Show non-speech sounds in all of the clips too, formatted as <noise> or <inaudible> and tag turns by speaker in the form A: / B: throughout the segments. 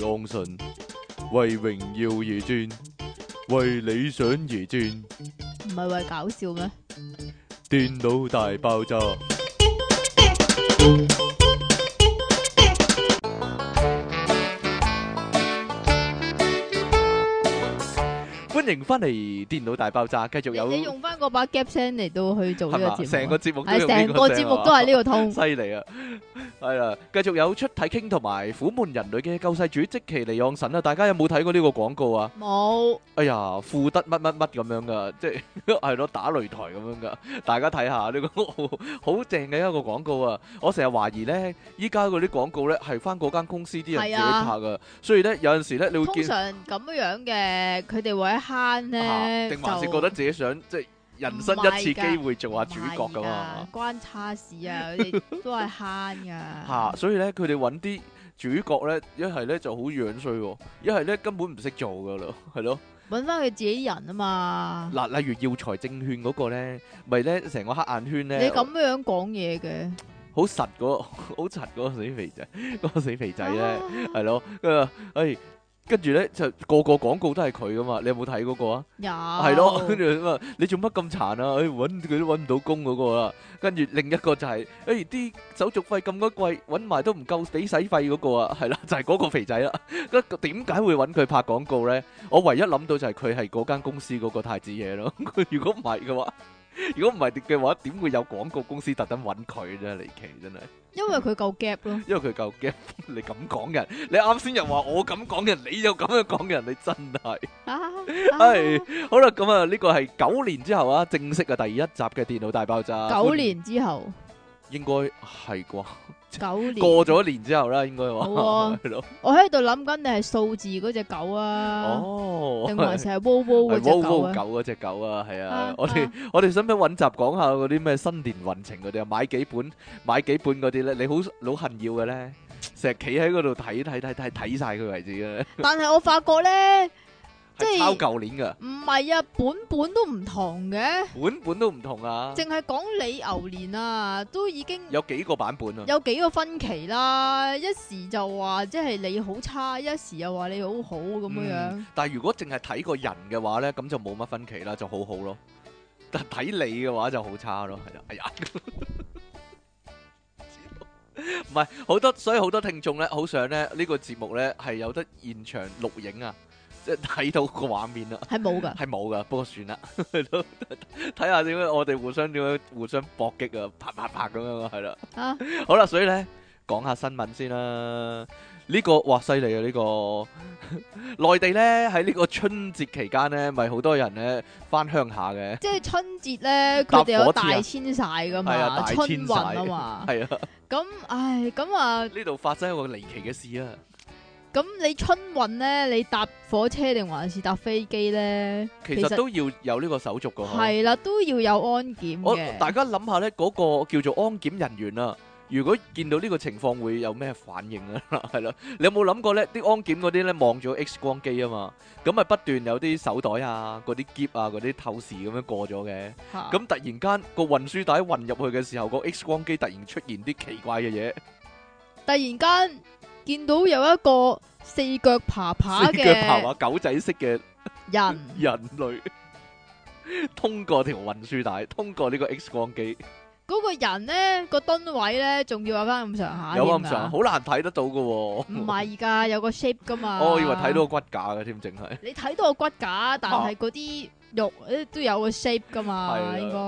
A: 放神，為榮耀而戰，為理想而戰。
B: 唔係為搞笑咩？
A: 電腦大爆炸，歡迎翻嚟《電腦大爆炸》，繼續
B: 你
A: 有
B: 你用翻嗰把 gap 聲嚟到去做
A: 係
B: 呢個
A: 嘛？
B: 節目啊，
A: 成個節目都
B: 係
A: 用呢
B: 成個
A: 聲
B: 節
A: 啊
B: 目都係呢個
A: <laughs>
B: 通。
A: 犀利啊！係啦，繼續有出體傾同埋苦悶人類嘅救世主即其尼昂神啊！大家有冇睇過呢個廣告啊？
B: 冇
A: 哎呀，富得乜乜乜咁樣噶， <laughs> 即係係咯打擂台咁樣噶，大家睇下呢個 <laughs> 好好正嘅一個廣告啊！我成日懷疑呢，依家嗰啲廣告呢係翻嗰間公司啲人自己
B: 係啊
A: 拍噶，所以呢，有陣時呢，你會
B: 通
A: 見
B: 常咁樣嘅，佢哋為咗慳
A: 嚇
B: 咧，
A: 啊定還是
B: 就
A: 覺得自己想即係人生一次機會做下主角咁啊
B: 唔係㗎？關叉事
A: <laughs>
B: 啊，佢哋都係慳噶。
A: 嚇，所以咧佢哋揾啲主角咧，一係咧就好樣衰喎，一係咧根本唔識做噶咯，係咯。
B: 揾翻佢自己人
A: <laughs>
B: 啊嘛。
A: 嗱，例如耀才證券嗰個咧，咪咧成個黑眼圈
B: 你
A: 咧，
B: 咁樣講嘢嘅
A: 好實嗰個 <laughs> 好實嗰個死肥仔， <laughs> 嗰個死肥仔咧，
B: 啊
A: 係咯，跟住誒，跟住咧就個個廣告都係佢噶嘛，你有冇睇嗰個啊？
B: 有
A: 係咯，跟住咁啊，你做乜咁殘啊？誒、揾佢都揾唔到工嗰個啦。跟住另一個就係、誒啲、手續費咁鬼貴，揾埋都唔夠俾使費嗰個啊， <laughs> 係啦，就係、嗰個肥仔啦。咁點解會揾佢拍廣告咧？我唯一諗到就係佢係嗰間公司嗰個太子爺咯。 <laughs> 佢如果唔係嘅話， <laughs> 如果唔係嘅話，點會有廣告公司特登揾佢咧？離奇真係，
B: 因為佢夠
A: <laughs>
B: gap 咯。
A: 因為佢夠驚 <laughs> 你咁講人，你啱先又話我咁講人，你又咁樣講人，你真係。
B: 係
A: 好啦，咁啊，呢個係九年之後啊，正式嘅第一集嘅電腦大爆炸。
B: 九年之後，
A: 應該係啩，
B: 九年
A: 過咗一年之後啦，應該話
B: 好啊
A: 係咯。
B: 我喺度諗緊你係數字嗰只狗啊，
A: 哦，
B: 定還是係 wow wow 嗰
A: 係
B: 隻
A: Wow
B: 狗
A: Wow
B: 啊？
A: 狗嗰只狗啊，係啊
B: 啊，
A: 我哋
B: 啊
A: 我哋使唔使揾集講下嗰啲咩新年運程嗰啲啊？買幾本買幾本嗰啲咧，你好老恨要嘅咧，成日企喺嗰度睇睇睇睇睇晒佢為止嘅咧，
B: 但係我發覺咧，即
A: 係
B: 係
A: 抄舊年噶，
B: 唔係啊，本本都唔同嘅，
A: 本本都唔同啊，
B: 淨係講你牛年啊，都已經
A: 有幾個版本啊，
B: 有幾個分歧啦。一時就話即係你好差，一時又話你好好咁樣樣
A: 嗯。但係如果淨係睇個人嘅話咧，咁就冇乜分歧啦，就好好咯。 <laughs> 但睇你嘅話就好差咯，係啦，哎呀， <laughs> 唔係好多，所以好多聽眾咧，好想咧呢個節目咧係有得現場錄影啊，即係睇到個畫面啊。
B: <laughs> 係
A: <laughs>
B: 冇噶，
A: 係冇噶，不過算啦， <laughs> 係咯睇下點樣，我哋互相點樣互相搏擊啊，啪啪啪咁樣啊，係啦。
B: 啊
A: 好啦，所以咧講下新聞先啦。呢、個哇犀利啊！呢、個 <laughs> 內地咧喺呢個春節期間咧，咪好多人咧翻鄉下嘅，
B: 即係春節咧，佢
A: 搭火車
B: 哋有大
A: 啊
B: 遷徙噶
A: 係啊
B: 嘛，
A: 大遷
B: 春
A: 徙
B: 運啊嘛。
A: 係啊，
B: 咁唉，咁啊，
A: 呢度發生一個離奇嘅事啊！
B: 咁你春運咧，你搭火車定還是搭飛機咧？
A: 其
B: 其
A: 實
B: 實
A: 都要有呢個手續噶，嗬
B: 係啦，都要有安檢
A: 我
B: 嘅。
A: 大家諗下咧，嗰、個叫做安檢人員啊，如果見到呢個情況會有咩反應啊？ <laughs> 係啦，你有冇諗過咧？啲安檢嗰啲咧望咗 X 光機啊嘛，咁咪不斷有啲手袋啊、嗰啲夾啊、嗰啲透視咁樣過咗嘅。
B: 嚇
A: 咁突然間個運輸帶運入去嘅時候，個 X 光機突然出現啲奇怪嘅嘢，
B: 突然間見到有一個四腳爬爬
A: 四腳爬
B: 嘅
A: 啊狗仔式嘅
B: 人，
A: 人類
B: 嗯
A: 通過條運輸帶，通過呢個 X 光機。
B: 嗰個人咧個噸位咧仲要有翻咁上下，
A: 有咁上，好？難睇得到嘅喎。哦
B: 唔係㗎，有個 shape 㗎嘛。
A: 我以為睇到個骨架嘅添，淨係。
B: 你睇到個骨架，但係嗰啲肉咧都有個 shape 㗎
A: 係
B: 嘛，
A: 啦
B: 應該。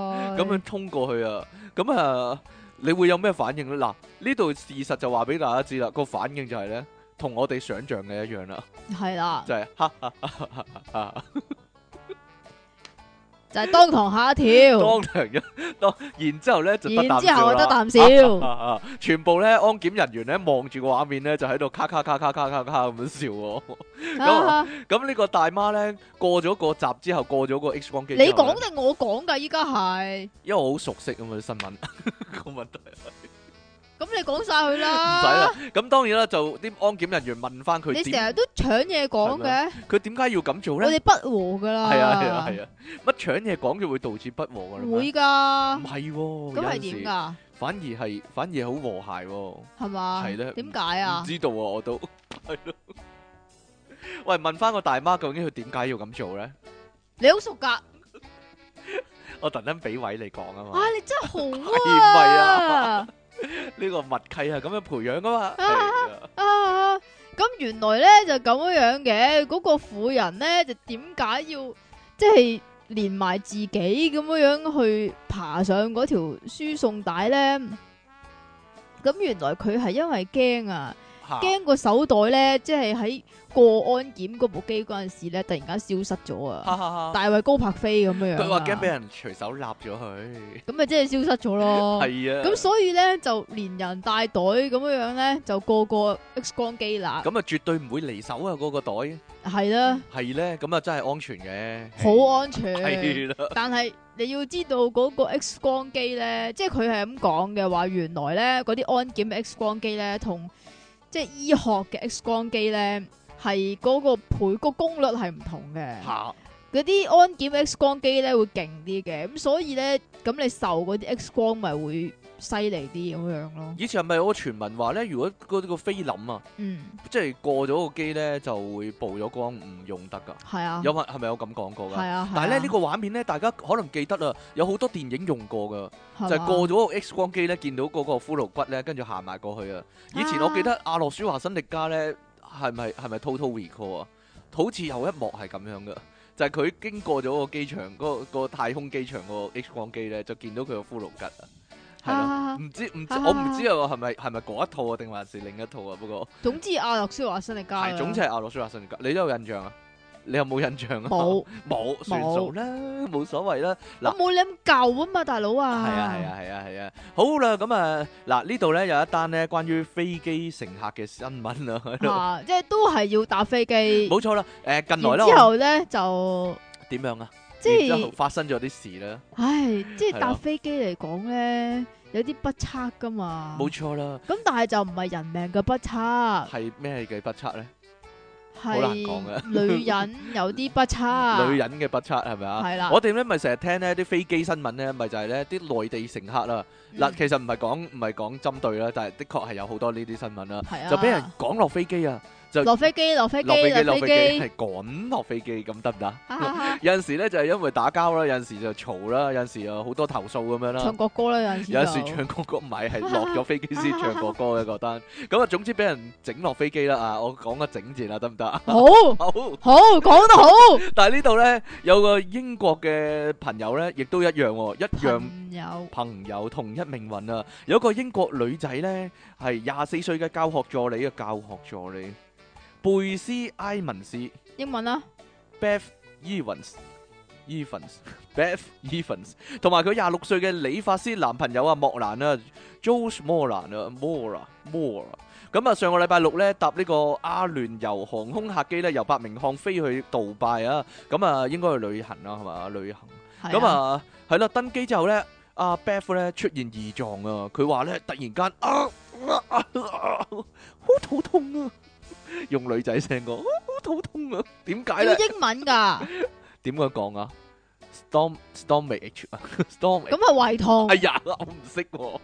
A: 咁樣衝過去啊！咁啊，你會有咩反應咧？嗱，呢度事實就話俾大家知啦，個反應就係咧，同我哋想象嘅一樣啦，
B: 係啦，
A: 就係、哈哈哈哈哈哈
B: 就係當堂嚇一
A: <laughs>
B: 跳，
A: 當場一當，然之後咧就得
B: 哦然
A: 啖
B: 之後
A: 笑
B: 就得
A: 啦。
B: 啖笑。
A: 啊！全部咧安檢人員咧望住個畫面咧，就喺度咔咔咔咔咔咔咔 <laughs> 咁樣笑喎。
B: 啊
A: <laughs> 咁呢個大媽咧過咗個閘之後，過咗個 X 光機
B: 你
A: 之後呢。
B: 講定我講㗎？依家係，
A: 因為我好熟悉啊嘛啲新聞 <laughs> 個問題。
B: 咁你講晒佢
A: 唔使啦
B: 啦。，
A: 咁當然啦，就啲安檢人員問翻佢
B: 你成
A: 點，
B: 日都搶嘢講
A: 係
B: 嘅。
A: 佢點解要咁做
B: 我
A: 咧？
B: 哋不和㗎啦，
A: 係啊係啊係啊，乜搶嘢講就會導致不和噶啦咩？
B: 會㗎，
A: 唔係喎，
B: 咁係
A: 有陣時
B: 點㗎？
A: 反而係反而好和諧喎，
B: 係嘛？
A: 係咧
B: 點解啊
A: 唔？知道喎我都 <laughs> 係咯，喂，問翻個大媽究竟佢點解要咁做咧？
B: 你好熟噶，啊
A: 我特登俾位你講啊嘛，
B: 你真係好
A: 係咪啊
B: 啊！
A: 呢個默契係咁樣培養噶嘛。係啊
B: 啊，咁原來咧就咁樣样嘅，嗰、個婦人咧就點解要即係連埋自己咁樣樣去爬上嗰條輸送帶咧？咁原來佢係因為驚啊，
A: 哎嚇
B: 驚個手袋咧，即係喺過安檢嗰部機嗰陣時咧，突然間消失咗啊！
A: 哈哈哈
B: 大衛高柏飛咁樣樣啊，
A: 佢話驚俾人隨手揦咗佢，
B: 咁咪即係消失咗咯。
A: 係啊。
B: 哦咁所以咧就連人帶袋咁樣樣咧，就個個 X 光機啦，
A: 咁啊，絕對唔會離手啊！嗰個袋
B: 係啦。
A: 係咧，咁啊真係安全嘅，
B: 好安全。
A: 係啦，
B: 但係你要知道嗰個 X 光機咧，即係佢係咁講嘅話，原來咧嗰啲安檢嘅 X 光機咧，同即係醫學嘅 X 光機咧，係嗰個倍個功率係唔同嘅。
A: 嚇
B: 嗰啲安檢 X 光機咧會勁啲嘅，咁所以咧咁你受嗰啲 X 光咪會犀利啲咁樣咯。
A: 以前係咪有個傳聞話咧，如果嗰個菲林啊，
B: 嗯，
A: 即係過咗個機咧，就會曝咗光，唔用得噶。
B: 係啊，
A: 有冇係咪有咁講過
B: 係
A: 㗎？
B: 啊，
A: 但係咧呢
B: 個
A: 個畫面咧，大家可能記得啦，有好多電影用過㗎。
B: 係
A: 就係
B: 嘛
A: 過咗個 X 光機咧，見到嗰個骷髏骨咧，跟住行埋過去啊！以前我記得阿諾舒華辛力加咧，係咪係咪 Total Recall 啊？好似有一幕係咁樣嘅，就係佢經過咗個機場，嗰、個個太空機場個 X 光機咧，就見到佢個骷髏骨啊！係咯，
B: 啊
A: 唔知唔知
B: 啊
A: 我唔知啊，係咪係咪嗰一套啊，定還是另一套啊？不過
B: 總之阿諾舒華辛力加啊
A: 係總之係阿諾舒華辛力加，你都有印象啊？你有冇印象啊？
B: 冇。
A: <laughs> 冇，算數啦，冇所謂啦。嗱
B: 我冇你咁舊啊嘛，大佬啊！
A: 系啊系啊系啊系啊，好啦，咁啊嗱呢度咧有一單咧關於飛機乘客嘅新
B: <laughs>
A: 聞啊，喺
B: 嚇，
A: 度
B: 即係都係要搭飛機。
A: 冇錯啦，诶近來
B: 然
A: 啦
B: 之
A: 我
B: 後咧就
A: 點樣啊？
B: 即
A: 然之後
B: 係，
A: 發生咗啲事啦，
B: 唉，即
A: 係
B: 係搭
A: 咯
B: 飛機嚟講咧，有啲不測噶嘛。
A: 冇錯啦，
B: 咁但係就唔係人命嘅不測，
A: 係咩嘅不測咧？好難講
B: 係
A: 嘅
B: 女人有啲不
A: <laughs>
B: 測。
A: 女人嘅不測係咪啊？
B: 係啦
A: 我哋咧咪成日聽呢啲飛機新聞咧，咪就係咧啲內地乘客啦。嗱，
B: 嗯
A: 其實唔係講唔係講針對啦，但係的確係有好多呢啲新聞啦，
B: 係啊，
A: 就俾人趕落飛機啊，就
B: 落飛機，落飛機，
A: 落飛機
B: 落
A: 落飛
B: 飛
A: 機
B: 機。
A: 係趕落飛機咁得唔得？
B: 哈哈哈
A: 有陣時咧就係因為打交啦，有陣時就嘈啦，有陣時又好多投訴咁樣啦
B: 唱。國歌啦，有陣時
A: 啊有陣
B: 就
A: 時唱國歌唔係係落咗飛機先唱國歌嘅覺得，咁啊總之俾人整落飛機啦啊！我講個整字啦，得唔 <laughs> 得啊？
B: 好
A: 好，
B: 好講得好。
A: 但係呢度咧有個英國嘅朋友咧，亦都一樣喎，一樣
B: 朋友
A: 朋友同一命運啊！有個英國女仔咧係廿四歲嘅教學助理嘅教學助理貝斯埃文斯。
B: 英文啦，
A: Beth Evans。Evans、Beth <laughs> Evans，同埋佢廿六歲嘅理髮師男朋友啊莫蘭啊 Josh Moran 啊 Mora Mora，咁啊上個禮拜六咧搭呢個阿聯酋航空客機咧由伯明翰飛去杜拜啊，咁啊應該去旅行啦係嘛旅行。
B: 係
A: 咁啊，係啦，登機之後咧，阿 Beth 咧出現異狀啊，佢話咧突然間啊啊啊啊好肚痛啊，用女仔聲講啊好肚痛啊，點解
B: 要
A: 咧？
B: 英文㗎，
A: 點樣講啊？Storm <laughs> Stormage 啊
B: 咁
A: ，Storm，
B: 係胃
A: <laughs>
B: 痛
A: 哎。呀，我唔識喎。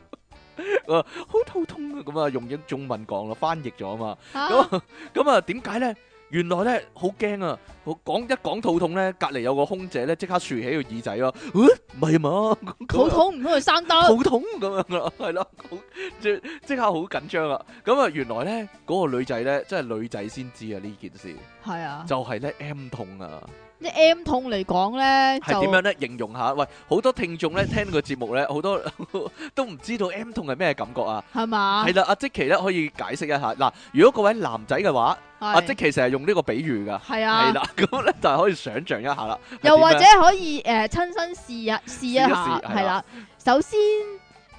A: <laughs> 啊，好肚痛啊！咁啊，用英中文講啦，翻譯咗啊嘛。
B: 啊
A: 咁啊咁啊，點解咧？原來咧好驚啊！我講一講肚痛咧，隔離有個空姐咧即刻豎起個耳仔咯。啊唔係嘛？
B: 肚痛唔通佢生得？
A: 好痛咁樣啦， <laughs> 係咯，好即即刻好緊張啊！咁啊，原來咧嗰、個女仔咧，即係女仔先知啊呢件事，
B: 係啊，
A: 就係咧 M 痛啊，
B: 即 M 痛嚟講咧，
A: 係
B: 就
A: 點樣咧？形容下，喂，好多聽眾咧聽呢個節目咧，好多 <laughs> 都唔知道 M 痛係咩感覺啊！
B: 係嘛？
A: 係啦，阿即奇咧可以解釋一下嗱，如果各位男仔嘅話，阿
B: 係
A: 啊即奇成日用呢個比喻噶。
B: 係
A: 係
B: 啊，
A: 啦，咁咧就係可以想像一下啦。係
B: <laughs> 又
A: 點
B: 或
A: 樣
B: 者可以誒親身試下試
A: 試
B: 一
A: 一
B: 下
A: 試，係
B: 係
A: 啦
B: 啦。首先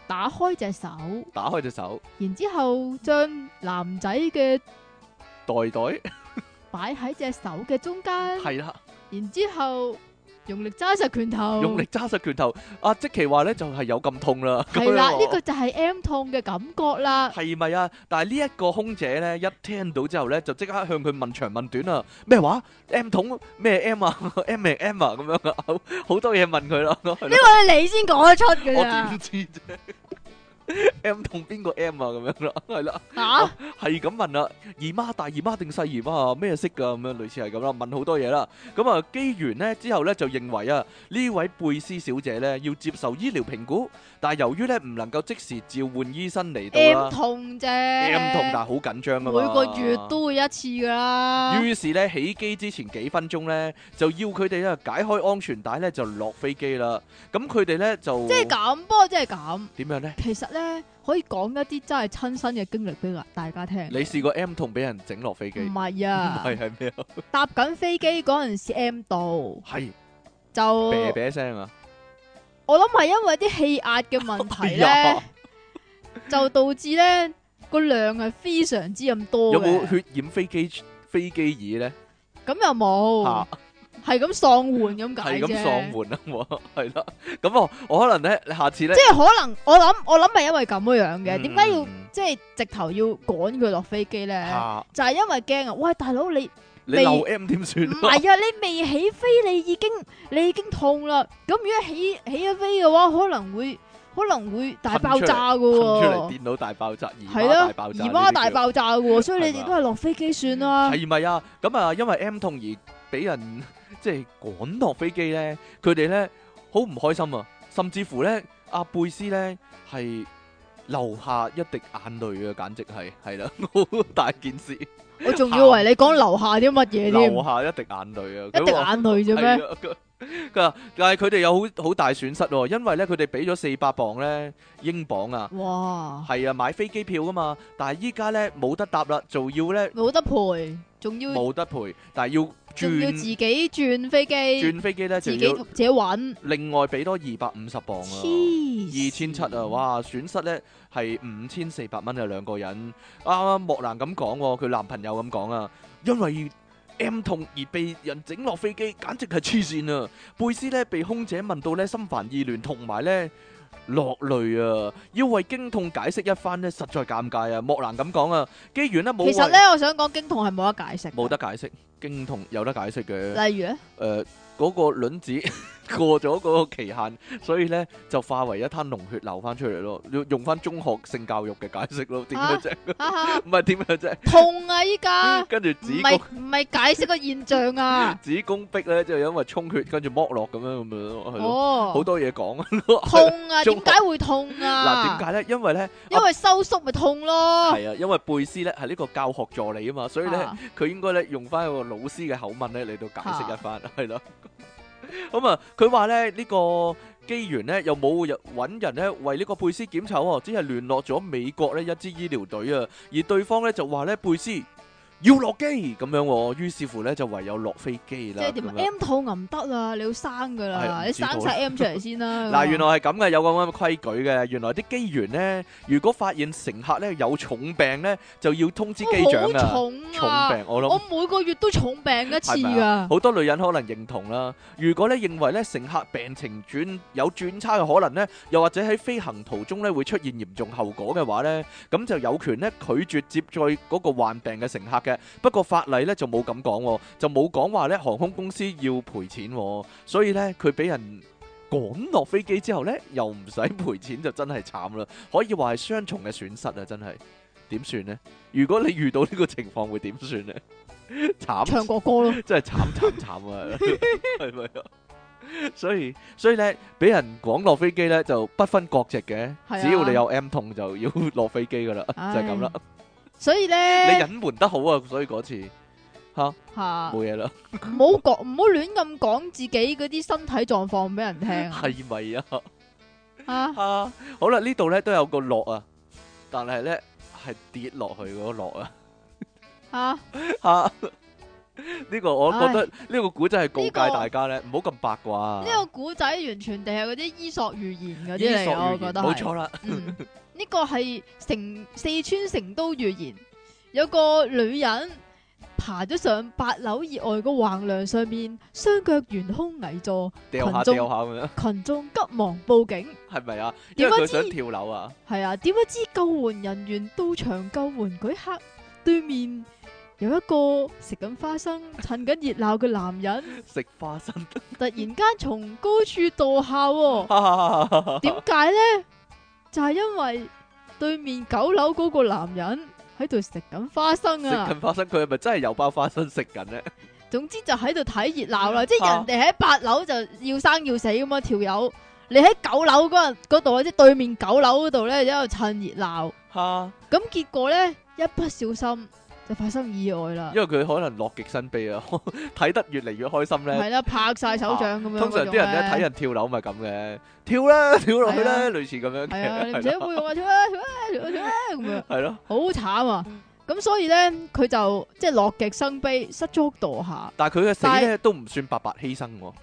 B: 打開隻手，
A: 打開隻手，
B: 然之後將男仔嘅
A: 袋袋
B: 擺喺隻手嘅中間，
A: 係啦。
B: 然之後用力揸實拳頭，
A: 用力揸實拳頭。阿即其話咧就係有咁痛啦。
B: 係啦，
A: 咁樣
B: 呢個就係 M 痛嘅感覺啦。
A: 啊係咪啊？但係呢一個空姐咧一聽到之後咧就即刻向佢問長問短啊，咩話 M 桶咩 M 啊 <laughs> M 咪 M 啊咁樣啊， <laughs> 好好多嘢問佢啦。係咯
B: 呢個係你先講得出嘅
A: 我點
B: 咋，
A: 知啫？ <laughs> M 同邊個 M 啊？咁樣啦，係啦，
B: 吓
A: 係咁問啦，姨媽大姨媽定細姨媽啊？咩色㗎？咁樣類似係咁啦，問好多嘢啦。咁啊，機緣呢之後呢，就認為啊，呢位貝斯小姐呢要接受醫療評估，但係由於呢唔能夠即時召喚醫生嚟到
B: M
A: 啦
B: 痛啫
A: ，M 痛但係好緊張啊嘛，
B: 每個月都會一次噶啦，
A: 於是咧起機之前幾分鐘咧，就要佢哋咧解開安全帶咧，就落飛機啦。咁佢哋咧就
B: 即係咁，不過即係咁。
A: 點樣咧？
B: 其實咧可以講一啲真係親身嘅經歷俾大家聽。
A: 你試過 M 痛俾人整落飛機？
B: 唔
A: 唔
B: 係啊，
A: 係係咩啊？
B: 搭緊飛機嗰陣時 M 度
A: 係
B: 就
A: 啤啤聲啊！
B: 我諗係因為啲氣壓嘅問
A: <laughs>
B: 題
A: 哎
B: 咧
A: 呀，
B: 就導致咧個量係非常之咁多
A: 有冇
B: 嘅，
A: 血染飛機飛機耳咧？
B: 咁又冇
A: 嚇，
B: 係咁喪換咁解
A: 係
B: 啫。
A: 咁喪門啊！我係啦，咁我我可能咧下次咧
B: 即係可能我諗我諗係因為咁樣嘅，點解要
A: 嗯
B: 即係直頭要趕佢落飛機咧？
A: 嚇
B: 就係因為驚啊！喂，大佬你唔
A: 你漏 M 點算啊？
B: 係啊，你未起飛，你已經你已經痛啦。咁如果起起咗飛嘅話，可能會可能會大爆炸噶
A: 噴 <laughs> 出嚟
B: 喎。
A: 電腦大爆炸，姨
B: 係
A: 媽大
B: 咯
A: 爆，炸，
B: 姨媽大。爆炸噶喎，所以
A: 係
B: 你
A: 嘛
B: 哋都係落飛機算啦。
A: 係咪啊？咁啊，因為 M 痛而俾人 <laughs> 即係趕落飛機咧，佢哋咧好唔開心啊！甚至乎咧，阿貝斯咧係流下一滴眼淚啊，簡直係係啦， <laughs> 好大件事，
B: 我仲以為你講樓下啲乜嘢添，
A: 流下一滴眼淚啊！
B: 一滴眼淚啫咩？
A: 係啊佢佢話，但係佢哋有好好大損失喎，因為咧佢哋俾咗四百磅咧英鎊啊，
B: 哇，
A: 係啊買飛機票噶嘛，但係依家咧冇得搭啦，仲要咧
B: 冇得賠，仲要
A: 冇得賠，但係要
B: 仲要
A: 轉
B: 自己轉飛機，
A: 轉飛機咧就
B: 自己
A: 要。
B: 自己揾，
A: 另外俾多二百五十磅啊，二
B: 黐
A: 千七
B: 線
A: 啊，！哇！損失呢係五千四百蚊啊，兩個人。啱啱莫蘭咁講喎，佢男朋友咁講啊，因為 M 痛而被人整落飛機，簡直係黐線啊！貝斯呢被空姐問到呢心煩意亂，同埋呢落淚啊，要為經痛解釋一番呢，實在尷尬啊！莫蘭咁講啊，機緣呢冇
B: 其實
A: 為
B: 咧，我想講經痛係冇得解釋，
A: 冇得解釋，經痛有得解釋嘅。
B: 例如咧，
A: 誒嗰個卵子 <laughs> 過咗嗰個期限，所以咧就化為一灘濃血流翻出嚟咯。要用翻中學性教育嘅解釋咯，點樣啫？ <laughs>
B: 哈哈，
A: 唔係點樣啫？
B: 痛啊！依
A: <laughs>
B: 家
A: 跟住
B: 唔
A: 子
B: 係
A: 宮！
B: 唔係解釋個現象啊
A: 子宮壁咧，就因為充血跟住剝落咁樣咁樣 <laughs> 咯，係咯，好
B: 哦，
A: 多 <laughs> 嘢講
B: 痛啊！
A: 中
B: 點解會痛
A: <laughs> 嗱，
B: 啊？
A: 點解咧？因為咧，
B: 因為收縮咪痛咯。
A: 係啊，因為貝斯咧係呢個教學助理啊嘛，所以咧
B: 啊
A: 佢應該咧用翻個老師嘅口吻咧嚟到解釋一番， <laughs> 係咯。咁啊，佢話咧呢個機員咧又冇人揾人咧為呢個貝斯檢查喎，只係聯絡咗美國呢一支醫療隊啊，而對方咧就話咧貝斯要落機咁樣喎，於是乎咧就唯有落飛機
B: 即
A: 啦。
B: 係點
A: 咁
B: 啊
A: 樣
B: ？M 肚唔得啦，你要生噶啦，
A: 係啊
B: 你
A: 唔知
B: 生
A: 道
B: 晒 M 出嚟先啦。
A: 嗱，原來係咁嘅，有個咁嘅規矩嘅。原來啲機員咧，如果發現乘客咧有重病咧，就要通知機長
B: 我
A: 啊。
B: 好
A: 重
B: 重啊！
A: 病，我諗
B: 我。每個月都重病一次
A: 係咪啊
B: 噶，
A: 好多女人可能認同啦。如果咧認為咧乘客病情轉有轉差嘅可能咧，又或者喺飛行途中咧會出現嚴重後果嘅話咧，咁就有權咧拒絕接載嗰個患病嘅乘客嘅。不過法例咧就冇咁講喎，就冇講話咧航空公司要賠錢喎，所以咧佢俾人。趕落飛機之後咧，又唔使賠錢就真係慘啦，可以話係雙重嘅損失啊！真係點算呢？如果你遇到呢個情況會點算呢？慘
B: 唱國歌咯。
A: 真係慘慘慘啊， <laughs> 係咪啊？所以所以咧，俾人講落飛機咧，就不分國籍嘅，
B: 係啊
A: 只要你有 M 痛就要落飛機噶啦，
B: 唉
A: 就係咁啦。
B: 所以
A: 你
B: 咧，
A: 隱瞞得好啊，所以嗰次
B: 吓
A: 冇嘢啦，
B: 唔好講，唔好亂咁講自己嗰啲身體狀況俾人聽啊
A: 係咪啊？
B: 啊！
A: 啊，好啦，呢度咧都有個落啊，但係咧係跌落去嗰個落啊， <laughs>
B: 啊！
A: 吓。呢個我覺
B: 唉
A: 得呢個古仔係告
B: 呢個
A: 誡大家咧，唔好咁八卦。
B: 呢個古仔完全地係嗰啲伊索寓言嗰
A: 伊
B: 啲
A: 索
B: 嚟啊，
A: 寓
B: 我覺
A: 言
B: 得
A: 冇
B: 係。
A: 錯啦，
B: 嗯，呢個係成四川成都寓言，有個女人爬咗上八樓以外個橫梁上面，雙腳懸空危坐，
A: 掉下
B: 群眾
A: 掉下咁樣，
B: 群眾急忙報警。
A: 係咪啊？因
B: 點
A: 為
B: 樣
A: 佢想
B: 知
A: 跳樓啊。
B: 係啊，點不知救援人員到場救援嗰一刻，對面有一個食緊花生、趁緊熱鬧嘅男人，
A: 食花 <laughs> 生，
B: 突然間從啊 <laughs> 高處墮下、喎。點解呢？就係、因為對面九樓嗰個男人喺度食緊花生
A: 食
B: 啊！
A: 緊花生，佢係咪真係有包花生食緊
B: <laughs>
A: 咧？
B: 總之就喺度睇熱鬧啦，即
A: 啊
B: 係人哋喺八樓就要生要死咁嘛條友，你喺九樓嗰嗰度即係對面九樓嗰度咧，就喺度趁熱鬧。
A: 吓，
B: 咁結果咧，一不小心就發生意外啦，
A: 因為佢可能樂極生悲啊， <laughs> 睇得越嚟越開心咧。
B: 係啦，拍晒手掌咁樣嗰種。
A: 通常啲人咧睇人跳樓咪咁嘅，跳啦跳落去
B: 係
A: 啦
B: 啊，
A: 類似咁樣
B: 係啊，你唔
A: 嘅，
B: 使
A: 係咯 <laughs>
B: 背 <laughs> 我跳啊跳啊跳啊跳啊咁樣。
A: 係咯。
B: 好慘啊！咁所以咧，佢就即係樂極生悲，失足墮下
A: 但係佢嘅死
B: 但
A: 咧都唔算白白犧牲喎，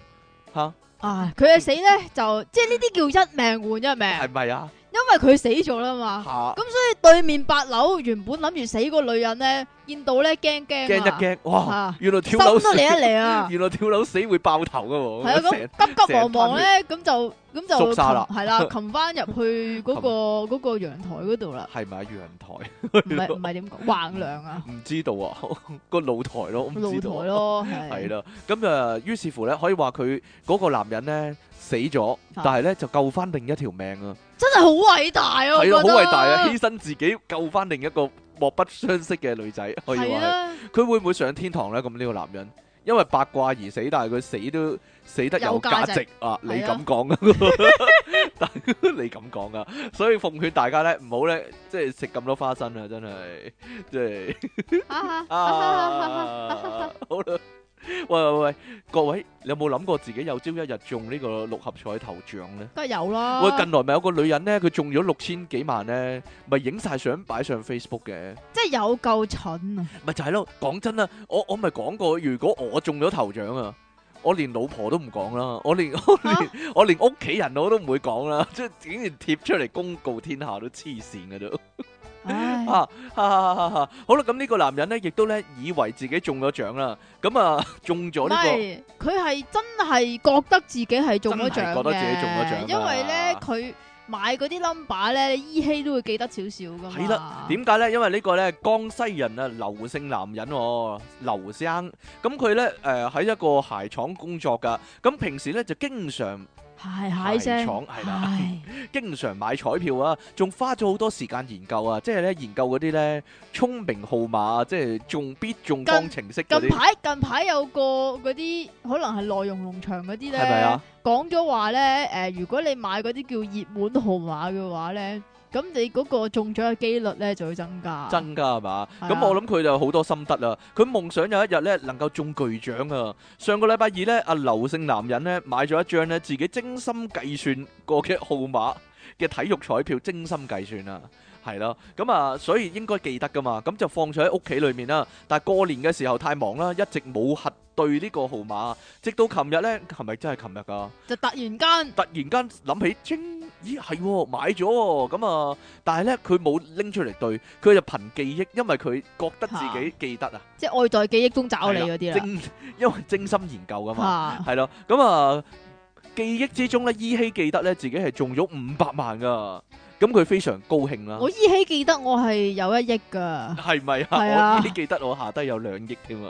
A: 吓
B: 啊！佢嘅死咧就即係呢啲叫一命換一命，
A: 係咪啊？
B: 因為佢死咗啦嘛。
A: 吓
B: 咁即係對面八樓原本諗住死嗰個女人咧，見到咧驚驚
A: 驚
B: 啊
A: 一驚，哇
B: 啊！
A: 原來跳樓
B: 心
A: 死
B: 都，嚟一嚟
A: <laughs>
B: 啊！
A: 原來跳樓死會爆頭㗎
B: 係啊，
A: 喎，
B: 咁急急忙忙咧，咁就咁就
A: 縮沙啦
B: 擒
A: <laughs>
B: 係啦，擒翻入去嗰個嗰個陽台嗰度啦，
A: 係咪啊陽台？
B: 唔係唔係點講橫梁啊，
A: 唔知道啊， <laughs> 個露台咯，我唔
B: 露
A: 知
B: 台
A: 道啊。
B: 咯，
A: 係
B: 係
A: 啦，咁啊，於是乎咧，可以話佢嗰個男人咧死咗，
B: 啊
A: 但係咧就救翻另一條命啊，
B: 真係好偉大啊！我
A: 係
B: 覺
A: 咯，
B: 得
A: 好偉大啊，犧牲自己救翻另一個莫不相識嘅女仔，可以
B: 係
A: 話
B: 啊
A: 係。
B: 啦。
A: 佢會唔會上天堂咧？咁呢個男人，因為八卦而死，但係佢死都死得有
B: 有價
A: 價
B: 值
A: 值啊！你
B: 係啊
A: 咁講啊， <laughs> 但係你咁講啊，所以奉勸大家咧，唔好咧，即係食咁多花生啊！真係，即係。
B: 啊
A: <laughs> 啊，好啦，喂喂喂，各位，你有冇諗過自己有朝一日中呢個六合彩頭獎咧？
B: 梗係有啦。
A: 喂，近來咪有個女人咧，佢中咗六千幾萬咧，咪影晒相擺上 Facebook 嘅，
B: 即係有夠蠢啊！
A: 咪就係咯。講真啦，我我咪講過，如果我中咗頭獎啊，我連老婆都唔講啦，我連我
B: Ờ.
A: 連我連屋企人我都唔會講啦，即係竟然貼出嚟公告天下都黐線嘅都。啊，
B: 唉，
A: 哈哈哈哈 <laughs> 好啦，咁呢個男人咧，亦都咧以為自己中咗獎啦，咁啊 <laughs> 中
B: 唔
A: 咗呢、
B: 係佢係真係覺得自己係中咗
A: 真
B: 獎
A: 係覺得自己中咗獎㗎
B: 嘅，因為咧佢買嗰啲 number 咧，依稀都會記得少少噶嘛。
A: 係啦個，點解咧？因為呢個咧江西人啊，劉姓男人、喎，劉生，咁佢咧誒喺一個鞋廠工作噶，咁平時咧就經常
B: 係係
A: 鞋
B: 聲
A: 廠係
B: <laughs>
A: 啦
B: 唉
A: 經常買彩票啊，仲花咗好多時間研究啊，即係咧研究嗰啲咧聰明號碼啊，即係中必中方程式嗰
B: 近
A: 啲，
B: 排近排有個嗰啲可能係內容農場嗰啲
A: 係咪
B: 咧
A: 啊，？
B: 講咗話咧，誒，如果你買嗰啲叫熱門號碼嘅話咧，咁你嗰個中獎嘅機率咧就會增加。
A: 真噶係嘛？
B: 係啊
A: 咁我諗佢就好多心得啦。佢夢想有一日咧能夠中巨獎啊！上個禮拜二咧，阿劉姓男人咧買咗一張咧自己精心計算過嘅號碼嘅體育彩票，精心計算啊！係咯，咁啊，所以應該記得噶嘛，咁就放咗喺屋企裏面啦。但係過年嘅時候太忙啦，一直冇核對呢個號碼，直到琴日咧，係咪真係琴日㗎？
B: 就突然間
A: 突然間諗起，精咦係喎買咗喎咁啊！但係咧佢冇拎出嚟對，佢就憑記憶，因為佢覺得自己記得啊，
B: 即係愛在記憶中找
A: 係
B: 你
A: 啦
B: 嗰啲啦。
A: 精 <laughs> 因為精心研究噶嘛，
B: 吓
A: 係咯咁啊記憶之中咧依稀記得咧自己係中咗五百萬噶，咁佢非常高興啦
B: 我，依稀記得我係有一億噶。
A: 係咪
B: 係啊
A: 啊？我依稀記得我下低有兩億添啊，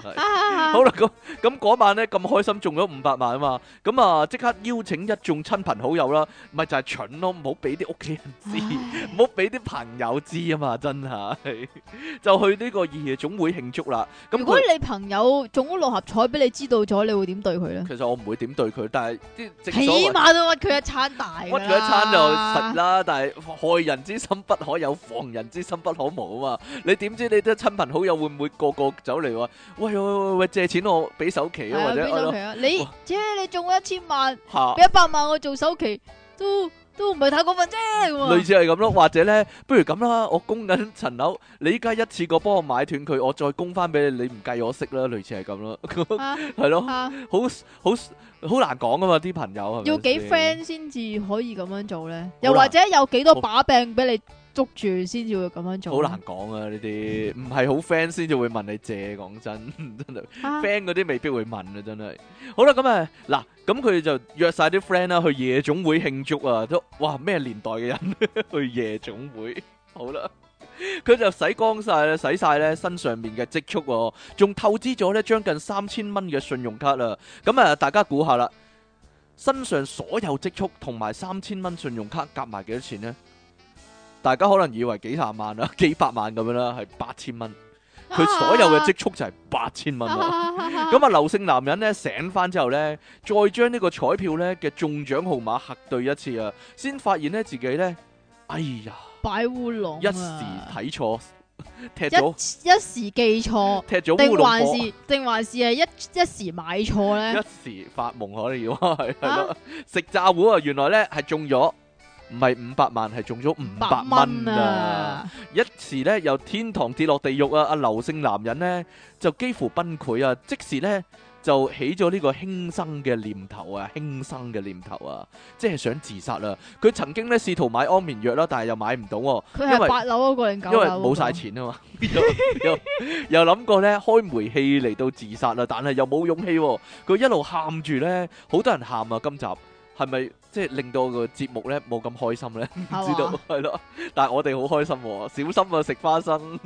A: <laughs> 真係。
B: 啊
A: <laughs> 好啦，咁咁嗰晚咧咁開心中咗五百萬啊嘛，咁啊即刻邀請一眾親朋好友啦，咪就係蠢咯，唔好俾啲屋企人知，
B: 唉
A: 唔好俾啲朋友知啊嘛，真係 <laughs> 就去呢個夜總會慶祝啦。咁
B: 如果
A: 佢
B: 你朋友中咗六合彩俾你知道咗，你會點對佢咧？
A: 其實我唔會點對佢，但係即係正
B: 起
A: 所謂
B: 碼都屈佢一餐大
A: 屈
B: 㗎啦，
A: 佢一餐就實啦，但係害人之心不可有，防人之心不可無啊嘛。你點知你啲親朋好友會唔會個個走嚟話喂喂喂喂借錢我俾首期啊，
B: 係
A: 或
B: 啊，
A: 者
B: 俾首期
A: 嚇
B: 啊！你
A: 哇啊
B: 姐你中咗一千萬，
A: 嚇
B: 俾一百萬我做首期，都都唔係太過分啫咁啊
A: 類似係咁咯，或者咧，不如咁啦，我供緊層樓，你依家一次過幫我買斷佢，我再供翻俾你，你唔計我息啦，類似係咁咯，
B: 啊
A: <laughs> 係咯，
B: 啊！
A: 好好好難講噶嘛，啲朋友係咪
B: 要幾
A: 先
B: friend 先至可以咁樣做咧？
A: 好
B: 又
A: 啦
B: 或者有幾多把柄俾你捉住先至會咁樣做？
A: 好難講啊！呢啲唔係好 friend 先至會問你借，講真真係 <laughs>
B: 啊
A: friend 嗰啲未必會問啊！真係好啦，咁啊嗱，咁佢就約晒啲 friend 啦去夜總會慶祝啊！都哇咩年代嘅人去夜總會，好啦。佢就洗光晒啦，洗晒咧身上面嘅積蓄喎，仲透支咗咧將近三千蚊嘅信用卡啦。咁啊，大家估下啦，身上所有積蓄同埋三千蚊信用卡夾埋幾多錢呢？大家可能以為幾廿萬啦、幾百萬咁樣啦，係八千蚊。
B: 啊
A: 佢所有嘅積蓄就係八千蚊喎。
B: 咁
A: 咁啊，劉姓男人咧醒翻之後咧，再將呢個彩票咧嘅中獎號碼核對一次啊，先發現咧自己咧，哎呀，
B: 擺烏龍啊，
A: 一時睇錯， <laughs> 踢咗
B: 一一時記錯，
A: 踢咗
B: 定
A: 烏龍
B: 還
A: 波。
B: 是啊定還是係一一時買錯咧？
A: 一時發夢啊可能要 <laughs> 係係咯，食炸糊啊！原來咧係中咗，唔係五百萬，係中咗五百
B: 百
A: 蚊
B: 蚊
A: 啊！
B: 啊！
A: 一時咧由天堂跌落地獄啊！阿劉姓男人咧就幾乎崩潰啊！即時咧就起咗呢個輕生嘅念頭啊，輕生嘅念頭啊，即係想自殺啦！佢曾經咧試圖買安眠藥啦，但係又買唔到喎。
B: 佢
A: 因為
B: 係八樓嗰個定九
A: 因
B: 樓
A: 為
B: 嗰個？
A: 冇晒錢啊嘛， <laughs> 又又又諗過咧開煤氣嚟到自殺啦，但係又冇勇氣喎、佢一路喊住咧，好多人喊啊！今集係咪即係令到個節目咧冇咁開心咧？唔
B: 係嘛
A: 知道係咯，但係我哋好開心喎、小心啊食花生，